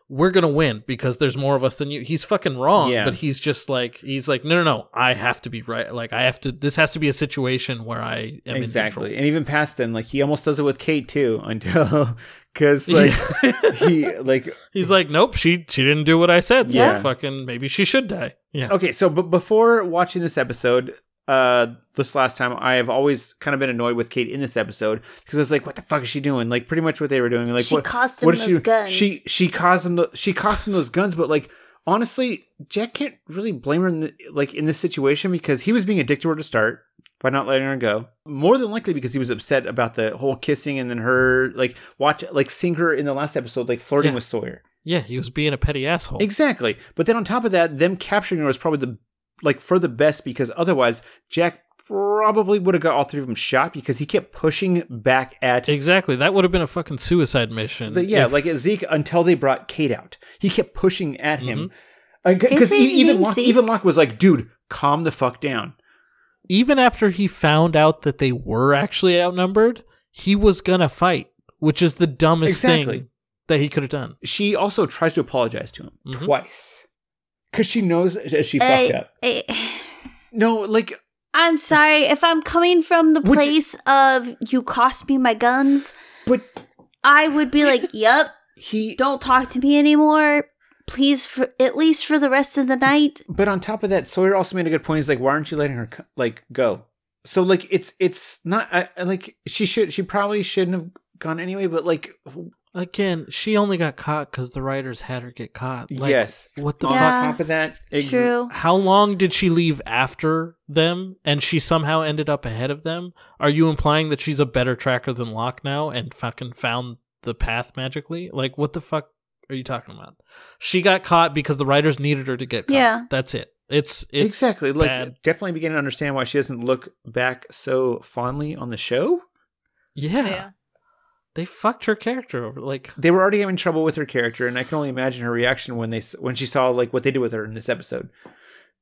we're gonna win because there's more of us than you. He's fucking wrong, Yeah. but he's just like he's like, no, no, no, I have to be right. Like I have to. This has to be a situation where I am exactly. In And even past then, like he almost does it with Kate too, until because like control. he like he's like, nope, she she didn't do what I said. So Yeah. fucking maybe she should die. Yeah. okay. So, but before watching this episode, uh, this last time, I have always kind of been annoyed with Kate in this episode because I was like, what the fuck is she doing? Like pretty much what they were doing. Like she what cost him what did those she guns. she she caused him the, she cost him those guns, but like honestly, Jack can't really blame her in the, like in this situation because he was being a dick to her to start by not letting her go. More than likely because he was upset about the whole kissing and then her like watch like seeing her in the last episode like flirting Yeah. with Sawyer. Yeah, he was being a petty asshole. Exactly. But then on top of that, them capturing her was probably the like for the best because otherwise Jack probably would have got all three of them shot because he kept pushing back at Exactly. That would have been a fucking suicide mission. The- yeah, if- like Zeke until they brought Kate out. He kept pushing at him. Can't Because say his even name, Locke, Zeke. even Locke was like, dude, calm the fuck down. even after he found out that they were actually outnumbered, he was gonna fight, which is the dumbest Exactly. thing that he could have done. She also tries to apologize to him Mhm. twice. Because she knows that she I- fucked up. I- No, like, Eh, I'm sorry if I'm coming from the Would you- place of you cost me my guns. but I would be like, "Yep, he. don't talk to me anymore, please. For at least for the rest of the night." But on top of that, Sawyer also made a good point. He's like, why aren't you letting her, co- like, go? So, like, it's, it's not, I, I- like, she should, she probably shouldn't have gone anyway, but, like, Again, she only got caught because the writers had her get caught. Like, yes. What the on Yeah. top of that, ex- True. fuck? How long did she leave after them, and she somehow ended up ahead of them? Are you implying that she's a better tracker than Locke now, and fucking found the path magically? Like, what the fuck are you talking about? She got caught because the writers needed her to get caught. Yeah. that's it. It's, it's exactly like bad. definitely beginning to understand why she doesn't look back so fondly on the show Yeah. Yeah. They fucked her character over. Like, they were already having trouble with her character and i can only imagine her reaction when they s- when she saw like what they did with her in this episode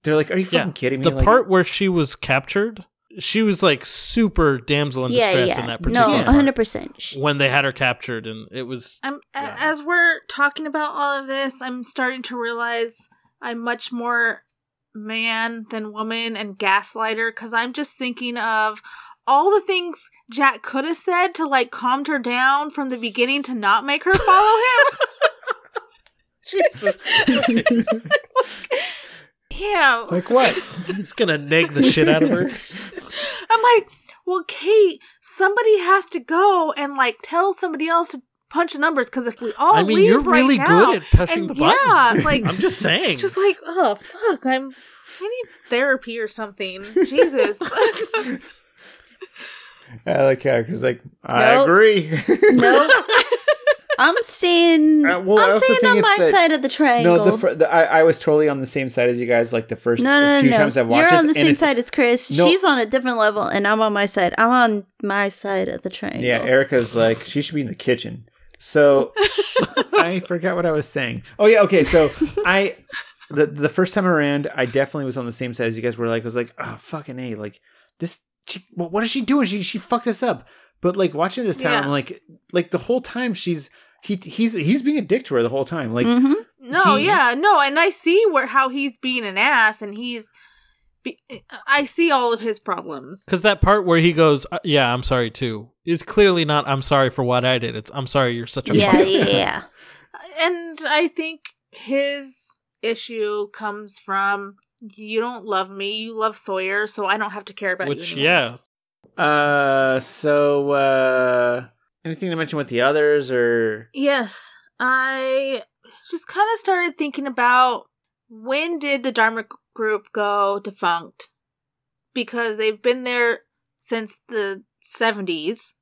they're like are you fucking yeah. kidding me the Like, part where she was captured, she was like super damsel in Yeah, distress yeah. in that no, particular Yeah. part 100. percent when they had her captured, and it was I'm, a Yeah. As we're talking about all of this, I'm starting to realize I'm much more man than woman and gaslighter because I'm just thinking of all the things Jack could have said to like calmed her down from the beginning to not make her follow him. jesus yeah. like what he's gonna nag the shit out of her. I'm like, well, Kate, somebody has to go and like tell somebody else to punch numbers because if we all I mean, leave you're right really now, good at pushing and the button. Yeah, like I'm just saying. just like oh fuck, I'm I need therapy or something. Jesus, i like how because like i Nope. agree No, I'm staying. Uh, well, I I'm also staying think on it's my that- side of the triangle. no the, fir- the I, I was totally on the same side as you guys like the first no, no, few no, times no. i've watched You're this, on the and same it's- side as Chris. No. She's on a different level, and I'm on my side. I'm on my side of the triangle. Yeah, Erica's like she should be in the kitchen. So I forgot what I was saying. Oh yeah, okay. So I the the first time around, I definitely was on the same side as you guys were. Like, I was like, oh fucking a, like this. She, what what is she doing? She she fucked us up. But like watching this time, Yeah. I'm like, like the whole time she's he he's he's being a dick to her the whole time. Like hmm no, He- yeah, no, and I see where how he's being an ass, and he's. Be- I see all of his problems. Because that part where he goes, "Uh, "Yeah, I'm sorry too," is clearly not "I'm sorry for what I did." It's "I'm sorry you're such a Yeah, fuck." yeah, yeah. And I think his issue comes from you don't love me, you love Sawyer, so I don't have to care about you. Which, anymore." yeah, Uh, so uh, anything to mention with the others or Yes. I just kind of started thinking about when did the Dharma group go defunct? Because they've been there since the 70s.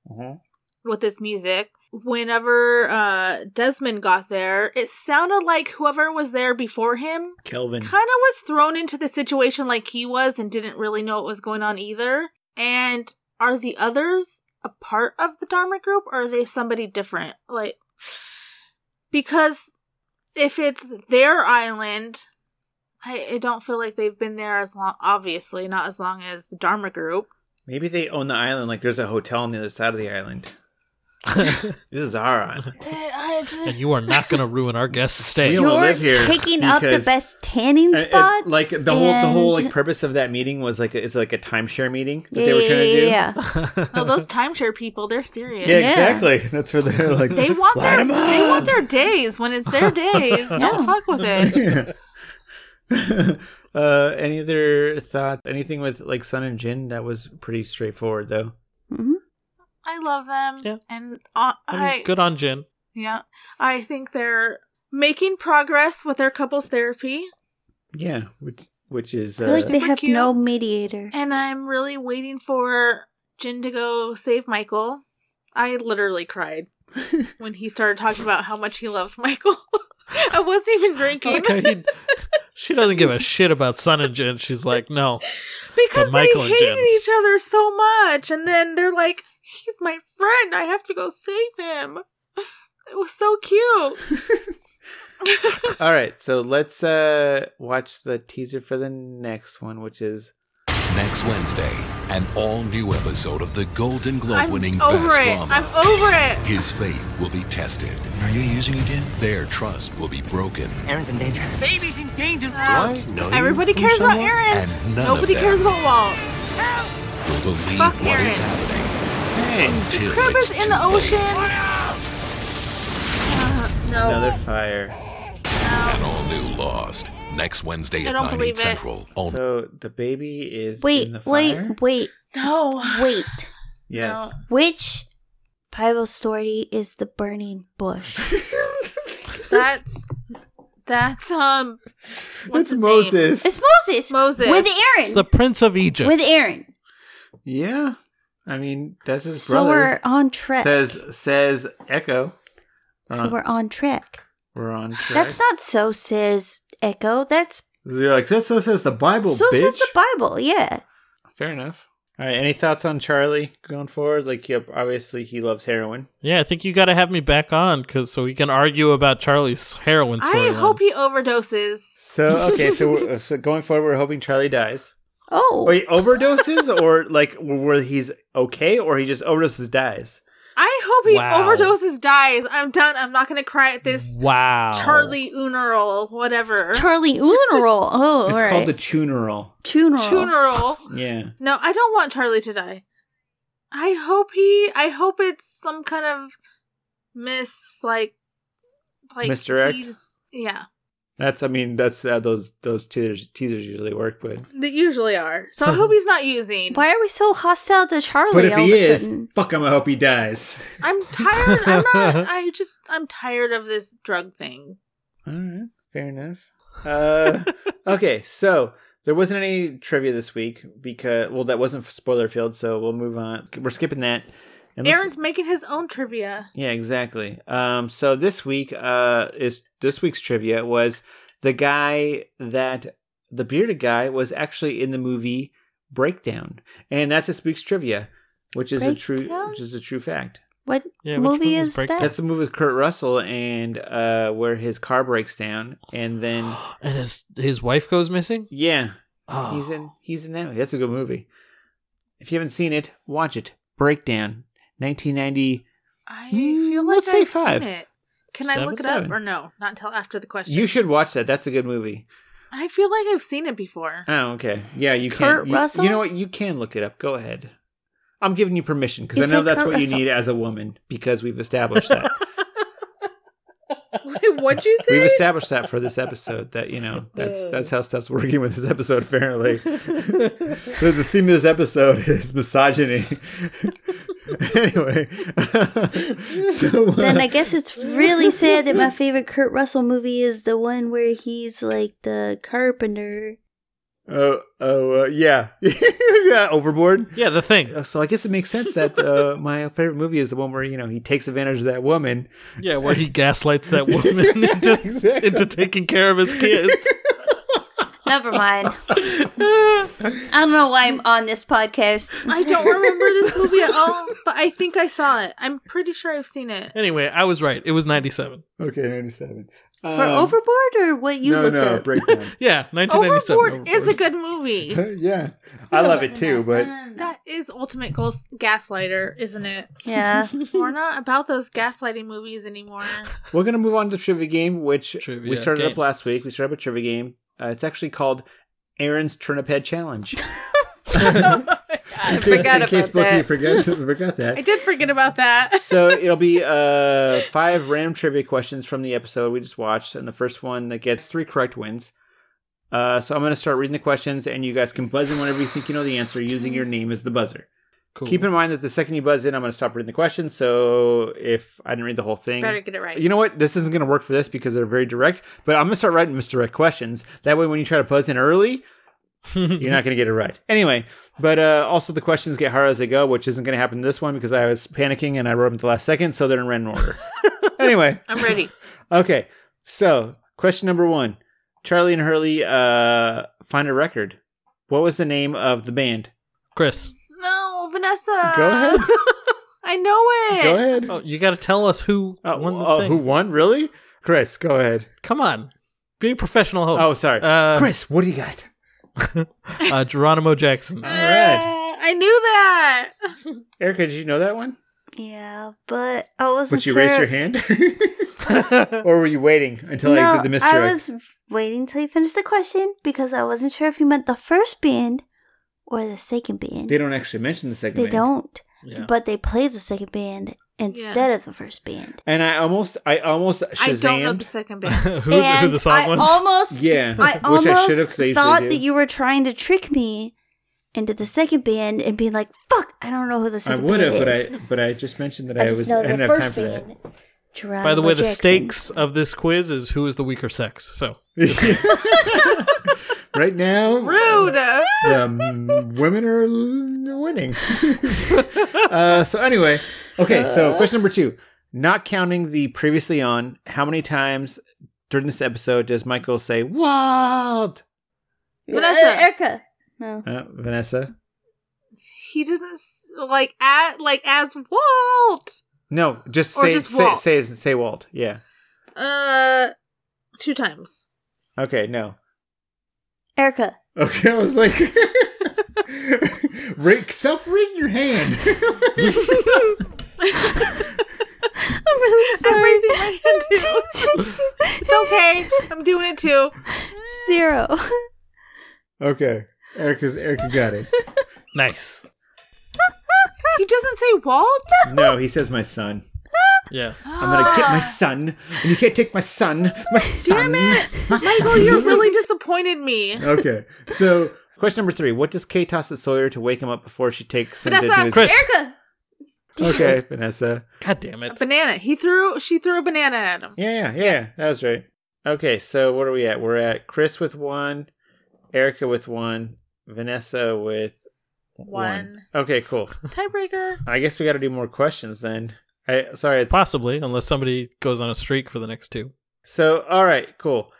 with this music. Whenever uh, Desmond got there, it sounded like whoever was there before him Kelvin? kind of was thrown into the situation like he was and didn't really know what was going on either. And are the others a part of the Dharma group or are they somebody different? Like, because if it's their island, I, I don't feel like they've been there as long, obviously, not as long as the Dharma group. Maybe they own the island. Like there's a hotel on the other side of the island. This is our island. and you are not going to ruin our guest stay. We don't You're live here taking up the because- best tanning And- and, spots. like the whole the whole like and- purpose of that meeting was like a, it's like a timeshare meeting that yeah, they were trying to do. yeah, yeah. No, oh, those timeshare people, they're serious. Yeah, Yeah. exactly. That's where they're like. They want "Light their 'em they want up!" their days. When it's their days, don't fuck with it. uh, any other thought? Anything with like Sun and Jin that was pretty straightforward though. Mhm. I love them. Yeah. And uh, I I mean, good on Jin. yeah, I think they're making progress with their couples therapy, Yeah, which which is I feel like uh, they Super have cute. no mediator. and I'm really waiting for Jin to go save Michael. I literally cried when he started talking about how much he loved Michael. I wasn't even drinking Like, I mean, she doesn't give a shit about Sun and Jin. She's like, no. because But Michael they and Jin. hated each other so much, and then they're like, "He's my friend. I have to go save him." It was so cute. all right. So let's uh watch the teaser for the next one, which is Next Wednesday, an all new episode of the Golden Globe I'm winning over Best it. Drama. I'm over it. His faith will be tested, Are you using it again? their trust will be broken, Aaron's in danger. Baby's in danger. Everybody cares about Aaron. and none Nobody of them cares about Walt. will believe Fuck what is Aaron. happening until Crib it's is in too the late. ocean. Uh, no. another fire. An all new Lost. Next Wednesday I at don't 9, 8 believe it. Central. On So the baby is Wait, in the fire? wait, wait, no. wait. Yes. No. Which Bible story is the burning bush? That's that's um. What's it's his Moses. It's Moses. Moses. with It's Aaron. the Prince of Egypt. with Aaron. Yeah, I mean that's his So we're brother. on track. says uh, says Echo. We're so on, we're on track. we're on track. That's not so says Echo. That's They're like that. So says the Bible, so bitch. says the Bible. Yeah. Fair enough. All right. Any thoughts on Charlie going forward? Like, yeah, obviously he loves heroin. yeah, I think you got to have me back on cause, so we can argue about Charlie's heroin I story. hope he overdoses. So okay, so, we're, so going forward, we're hoping Charlie dies. Oh, Wait, overdoses or like where he's okay, or he just overdoses dies. I hope he Wow. overdoses, dies. I'm done. I'm not gonna cry at this Wow. Charlie Uneral, whatever. Charlie Uneral. Oh, It's all right. called the tuneral. Tuneral. Tuneral. Yeah. No, I don't want Charlie to die. I hope he. I hope it's some kind of miss, like, like Misdirect? he's- Yeah, That's I mean that's uh, those those teasers teasers usually work, but they usually are. So I hope he's not using. Why are we so hostile to Charlie? but if all he of a is, sudden? fuck him. I hope he dies. I'm tired. I'm not. I just. I'm tired of this drug thing. All right, fair enough. Uh, okay, so there wasn't any trivia this week because well, that wasn't spoiler filled, so we'll move on. We're skipping that. And let's- Aaron's making his own trivia. yeah, exactly. Um, so this week, uh, is this week's trivia was the guy that the bearded guy was actually in the movie Breakdown, and that's this week's trivia, which is a true, Breakdown? which is a true fact. what Yeah, which movie one was is Breakdown? that? That's the movie with Kurt Russell and uh, where his car breaks down, and then And his his wife goes missing. yeah, Oh. He's in. He's in that. That's a good movie. If you haven't seen it, watch it. Breakdown, 1990. I Mm, feel like let's say I've five. seen it. Can I Seven, look it up seven. or no? Not until after the question. You should watch that. That's a good movie. I feel like I've seen it before. Oh, okay. Yeah, you Kurt can. You, Russell? you know what? You can look it up. Go ahead. I'm giving you permission You because I know said that's Kurt what Russell. you need as a woman because we've established that. Wait, what'd you we've say? established that for this episode. That you know Uh. that's that's how stuff's working with this episode. Apparently, the, the theme of this episode is misogyny. anyway, so uh, then I guess it's really sad that my favorite Kurt Russell movie is the one where he's like the carpenter. Oh, oh, uh, yeah, yeah, overboard. yeah, the thing. Uh, So I guess it makes sense that uh, my favorite movie is the one where you know he takes advantage of that woman. Yeah, where he gaslights that woman into, Exactly. into taking care of his kids. Never mind. I don't know why I'm on this podcast. I don't remember this movie at all, but I think I saw it. I'm pretty sure I've seen it. anyway, I was right. It was 97. Okay, ninety-seven. For Overboard or what you Um, no, looked no, up? breakdown. Yeah, 1997. Overboard is a good movie. Uh, yeah, I love it too, but That is is ultimate goals- gaslighter, isn't it? Yeah. We're not about those gaslighting movies anymore. We're gonna move on to trivia game, which we Trivia started up game. last week. We started up a trivia game. Uh, it's actually called Aaron's Turnip Head Challenge. I In case- forgot in case about both of you that. forgot, forgot that. I did forget about that. so it'll be uh five random trivia questions from the episode we just watched, and the first one that gets three correct wins. Uh, so I'm gonna start reading the questions, and you guys can buzz in whenever you think you know the answer, using your name as the buzzer. Cool. Keep in mind that the second you buzz in, I'm gonna stop reading the question. So if I didn't read the whole thing, Better get it right. you know what? This isn't gonna work for this because they're very direct. But I'm gonna start writing misdirect questions. That way, when you try to buzz in early, you're not going to get it right. Anyway, but uh, also the questions get harder as they go, which isn't going to happen this one because I was panicking and I wrote them at the last second, so they're in random order. anyway, I'm ready. okay. So, question number one Charlie and Hurley uh, find a record. What was the name of the band? Chris. No, Vanessa. Go ahead. I know it. Go ahead. Uh, Oh, you got to tell us who Oh, won the oh, thing. who won? Really? Chris, go ahead. Come on, be a professional host. Oh, sorry. uh, Chris, what do you got? uh, Geronimo Jackson. All right. Uh, I knew that. Erica, did you know that one? yeah, but I wasn't Would you sure. raise your hand? or were you waiting until I no, did the mystery? I was waiting till you finished the question because I wasn't sure if you meant the first band or the second band. They don't actually mention the second They band. don't, Yeah. but they play the second band instead of the first band. And I almost, I almost I don't know Shazam. the second band. who, who And the song I was? almost, Yeah, I which almost I should've, 'cause I usually thought do. that you were trying to trick me into the second band and being like, "Fuck, I don't know who the I second would have, band but is." I, but I just mentioned that I, just was, know I the didn't have first time for that. band. By the way, the Jackson. stakes of this quiz is who is the weaker sex. So Right now, Rude. the um, women are l- winning. uh, so anyway, okay. Uh. So question number two: Not counting the previously on, how many times during this episode does Michael say "wild"? Vanessa. Uh, Erica. No. Uh, Vanessa, He doesn't s- like at like as Walt. no, just Or say just say, Walt. say say Walt. Yeah. Uh, two times. Okay. No. Erica. Okay, I was like, Rick, stop raising your hand. I'm really sorry. I'm raising my hand too. it's okay. I'm doing it too. Zero. okay, Erica's Erica got it. nice. He doesn't say Walt. No, he says my son. Yeah. I'm gonna get my son, and you can't take my son. My son. My Michael, son. you really disappointed me. okay. So, question number three: What does Kay toss at Sawyer to wake him up before she takes him to Vanessa, do his? Chris. Erica. Okay, Vanessa. God damn A it. banana. He threw. She threw a banana at him. Yeah, yeah, yeah. That was right. Okay, so what are we at? We're at Chris with one, Erica with one, Vanessa with One. Okay, cool. Tiebreaker. I guess we got to do more questions then. I sorry. It's, Possibly, unless somebody goes on a streak for the next two. so all right, cool.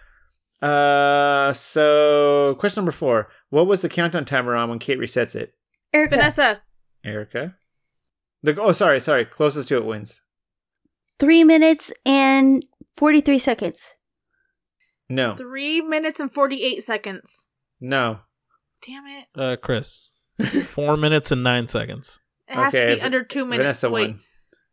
Uh, so question number four: What was the countdown timer on when Kate resets it? Erica. Vanessa. Erica. The oh, sorry, sorry. Closest to it wins. Three minutes and 43 seconds. No, Three minutes and forty-eight seconds. no. Damn it! Uh, Chris, four minutes and nine seconds. It has Okay, to be under two minutes. Vanessa Wait. won.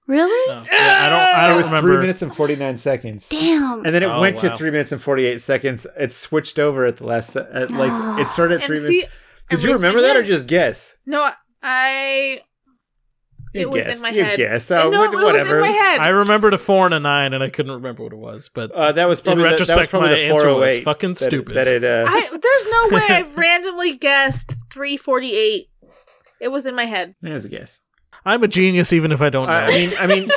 Really? No. Yeah, I don't. I Oh. It don't was remember. three minutes and forty nine seconds. Damn. And then it Oh, went to wow. three minutes and forty eight seconds. It switched over at the last. se- At, like it started at And three see, minutes. Did I you raised my remember that or hand. just guess? No, I. You it was guessed. in my you head. guessed. Oh, no, wh- it whatever. was in my head. I remembered a four and a nine, and I couldn't remember what it was. But Uh, that was In probably the, that was retrospect, probably my the answer was 408. fucking that, stupid. That it, uh, I there's no way I randomly guessed 348. It was in my head. that was a guess. I'm a genius, even if I don't know. I, I mean, I mean,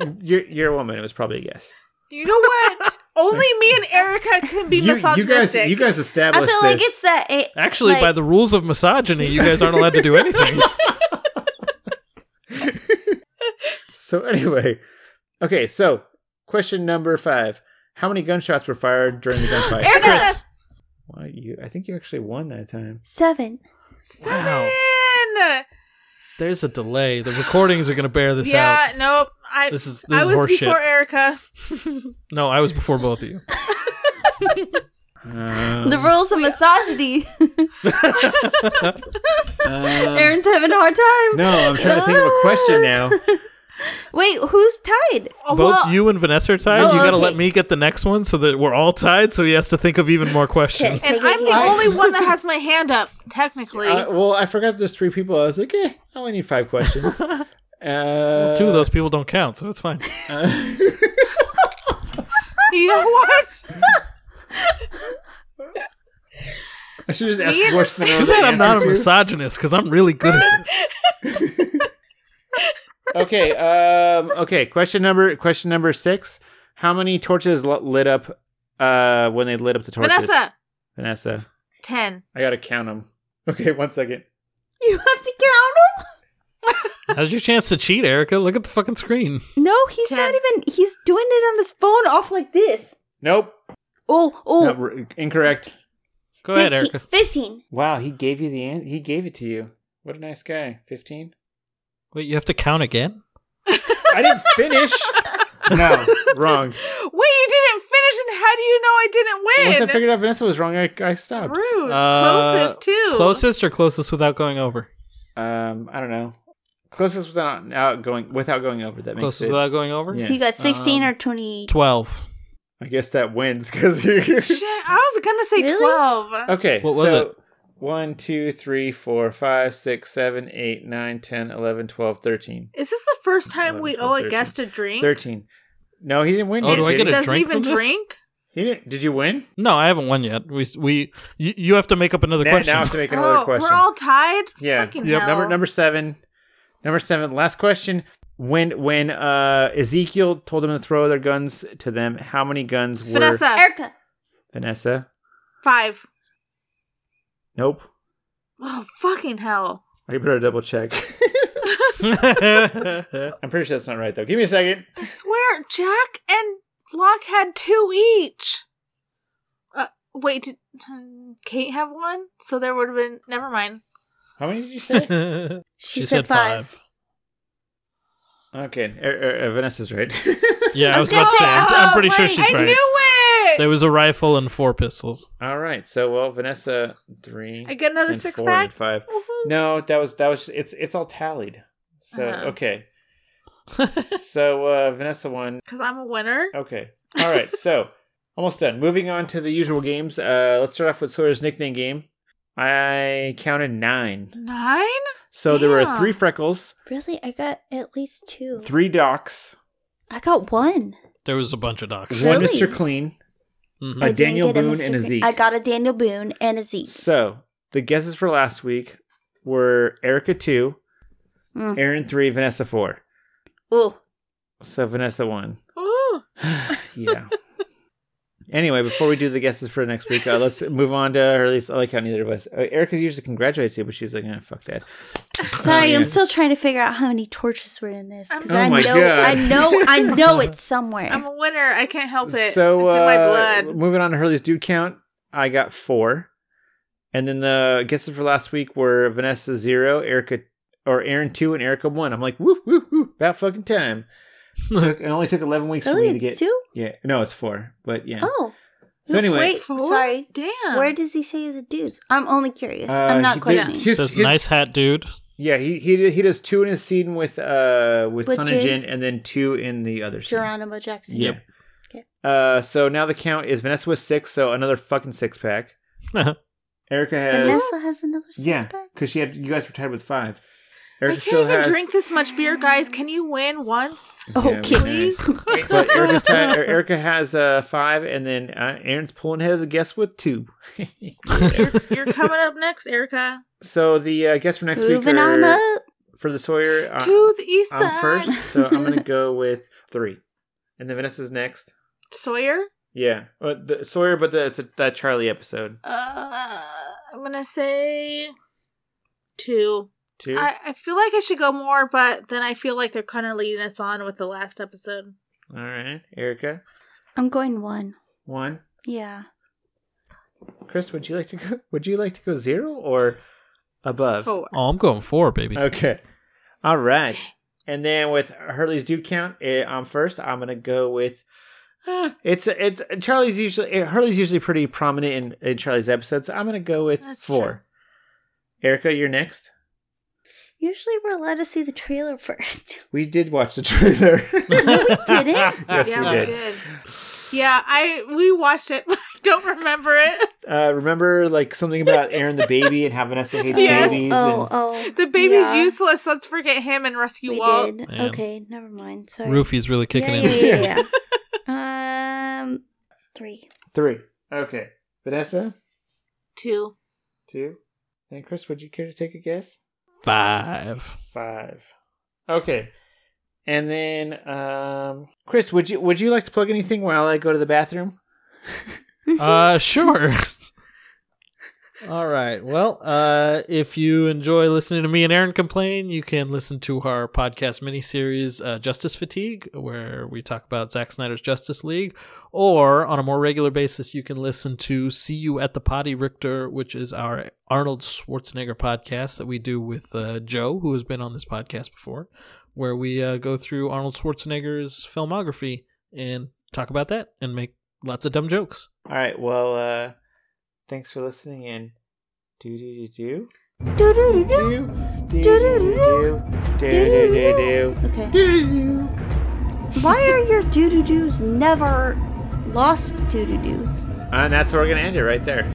uh, you're you're a woman. It was probably a guess. You know what? Only me and Erica can be you, you guys, misogynistic. you guys I established feel like this. it's that. It, Actually, like, by the rules of misogyny, you guys aren't allowed to do anything. so anyway, okay. So question number five: How many gunshots were fired during the gunfight? Erica, Chris, Why, you, I think you actually won that time. Seven. seven. there's a delay. The recordings are going to bear this Yeah, out. nope. I This is- this I is was horseshit. before Erica. No, I was before both of you. Uh, The rules of misogyny. Aaron's having a hard time. No, I'm trying to think of a question now. Wait, who's tied? Oh, Both well, you and Vanessa are tied. Oh, you got to okay. let me get the next one so that we're all tied. So he has to think of even more questions. Okay. and I'm the only one that has my hand up, technically. Uh, well, I forgot there's three people. I was like, eh, I only need five questions. Uh, Two of those people don't count, so it's fine. you know what? I should just ask a question. that I Too know the bad I'm not a answer to. misogynist because I'm really good at this. okay. Um, okay. Question number question number six. How many torches l- lit up uh, when they lit up the torches? Vanessa, Vanessa. 10. I gotta count them. Okay, one second. You have to count How's your chance to cheat, Erica? Look at the fucking screen. him. No, he's Ten. not even. He's doing it on his phone, off like this. Nope. Oh, oh. No, r- incorrect. Go ahead, 15, Erica. 15. Wow, he gave you the an- he gave it to you. What a nice guy. Fifteen. Wait, you have to count again? I didn't finish. no, wrong. Wait, you didn't finish, and how do you know I Once didn't I win? figured out Vanessa was wrong, I, I stopped. Rude. Uh, closest, too. Closest or closest without going over? Um, I don't know. Closest without out going without going over. That makes Closest it. without going over? Yeah. So you got 16 Um, or 20. 12. I guess that wins because you. Shit, I was going to say Really? 12. Okay. What was so it? 1, 2, 3, 4, 5, 6, 7, 8, 9, 10, 11, 12, 13. Is this the first time we 11, owe a 13. guest a drink? 13. No, he didn't win. Oh, yet, do I did get he? a Doesn't drink even from this? drink? He didn't. Did you win? No, I haven't won yet. We we you, you have to make up another Now, question. now I have to make another Oh, question. we're all tied? yeah. Fucking Yep. hell. Number number seven. Number seven. Last question. When when uh, Ezekiel told them to throw their guns to them, how many guns were Vanessa, Erica. Vanessa? five. Nope. Oh, fucking hell. I better double check. I'm pretty sure that's not right though. Give me a second. I swear, Jack and Locke had two each. Uh, wait, did um, Kate have one? So there would have been. Never mind. How many did you say? She, said, five. okay, er, er, er, Vanessa's right. Yeah, I I was was about to say. gonna I'm, say, I'm oh, pretty sure wait, she's I right. knew it! There was a rifle and four pistols. All right. So well, Vanessa three. I get another and six four pack? and five. Woohoo. No, that was that was it's it's all tallied. So Uh-huh. okay. so uh, Vanessa won. Because I'm a winner. Okay. All right. So almost done. Moving on to the usual games. Uh, let's start off with Sawyer's nickname game. I counted nine. Nine? So there were Damn. three freckles, Really? I got at least two. three docs, I got one. There was a bunch of docs. one Really? Mr. Clean, Mhm. a I didn't Daniel get Boone, Mr. and a Cre- Zeke. Mm-hmm. I got a Daniel Boone and a Zeke. So the guesses for last week were Erica two, Mm. Aaron three, Vanessa four. Ooh. Oh, So Vanessa won. Ooh. yeah. Anyway, before we do the guesses for next week, uh, let's move on to, or at least I like how neither of us. Uh, Erica usually congratulates you, but she's like, eh, fuck that. Sorry, yeah. I'm still trying to figure out how many torches were in this. 'cause Oh I my know, God. I know, I know it's somewhere. I'm a winner. I can't help it. So, it's in my uh, blood. moving on to Hurley's dude count, I got four. And then the guesses for last week were Vanessa zero, Erica, or Aaron two, and Erica one. I'm like, woo, woo, woo, about fucking time. took, it only took 11 weeks for really, me to it's get. two? Yeah, no, it's four, but yeah. Oh. So anyway, Wait, Four? sorry. Damn. Where does he say the dudes? I'm only curious. Uh, I'm he not did- questioning. he- Says nice hat, dude. Yeah, he he he does two in his scene with uh with, With Sun and Jin? Jin, and then two in the other scene. Geronimo Jackson. Yep. Okay. Uh, so now the count is Vanessa with six, so another fucking six pack. Oh, Erica has Vanessa has another six yeah, pack. because she had you guys were tied with five. I Erica can't still even has. drink Oh, this much beer, guys. Can you win once? Yeah, Okay. nice. Please? but Erica's tied, er, Erica has uh five, and then uh, Aaron's pulling ahead of the guest with two. you're, you're coming up next, Erica. so the uh, guest for next week Moving on are- up. for the Sawyer. Uh, to the east side. I'm first, so I'm gonna go with three, and then Vanessa's next. Sawyer? Yeah, uh, the, Sawyer, but the, it's a, that Charlie episode Uh, I'm gonna say two. too. I, I feel like I should go more, but then I feel like they're kind of leading us on with the last episode. All right, Erica, I'm going one. one. Yeah. Chris, would you like to go? Would you like to go zero or above? Four. Oh, I'm going four, baby. Okay, all right. And then with Hurley's dude count, eh, I'm first. I'm gonna go with It's it's Charlie's usually eh, Hurley's usually pretty prominent in, in Charlie's episodes. I'm gonna go with That's four. Erica, you're next. Usually we're allowed to see the trailer first. We did watch the trailer. no, we didn't. yes, yeah, we did. Yeah, I we watched it. but I don't remember it. Uh, remember, like something about Aaron the baby and how Vanessa hates Yes. babies. Oh, and- oh. The baby's yeah, useless. Let's forget him and rescue We Walt. did. Man. Okay, never mind. Sorry. Roofy's really yeah, kicking yeah, in. yeah, yeah, yeah. um, three. Three. Okay, Vanessa, Two. two, and Chris. Would you care to take a guess? Five. Five. Okay. And then, um, Chris, would you would you like to plug anything while I go to the bathroom? Uh, sure. All right. Well, uh, if you enjoy listening to me and Aaron complain, you can listen to our podcast miniseries, uh, Justice Fatigue, where we talk about Zack Snyder's Justice League. Or on a more regular basis, you can listen to See You at the Potty Richter, which is our Arnold Schwarzenegger podcast that we do with uh, Joe, who has been on this podcast before, where we uh, go through Arnold Schwarzenegger's filmography and talk about that and make lots of dumb jokes. All right. Well, uh, thanks for listening and do do do do. Do do do do do do do do. Okay. Why are your doo doo doos never lost doo doo doos? And that's where we're gonna end it right there.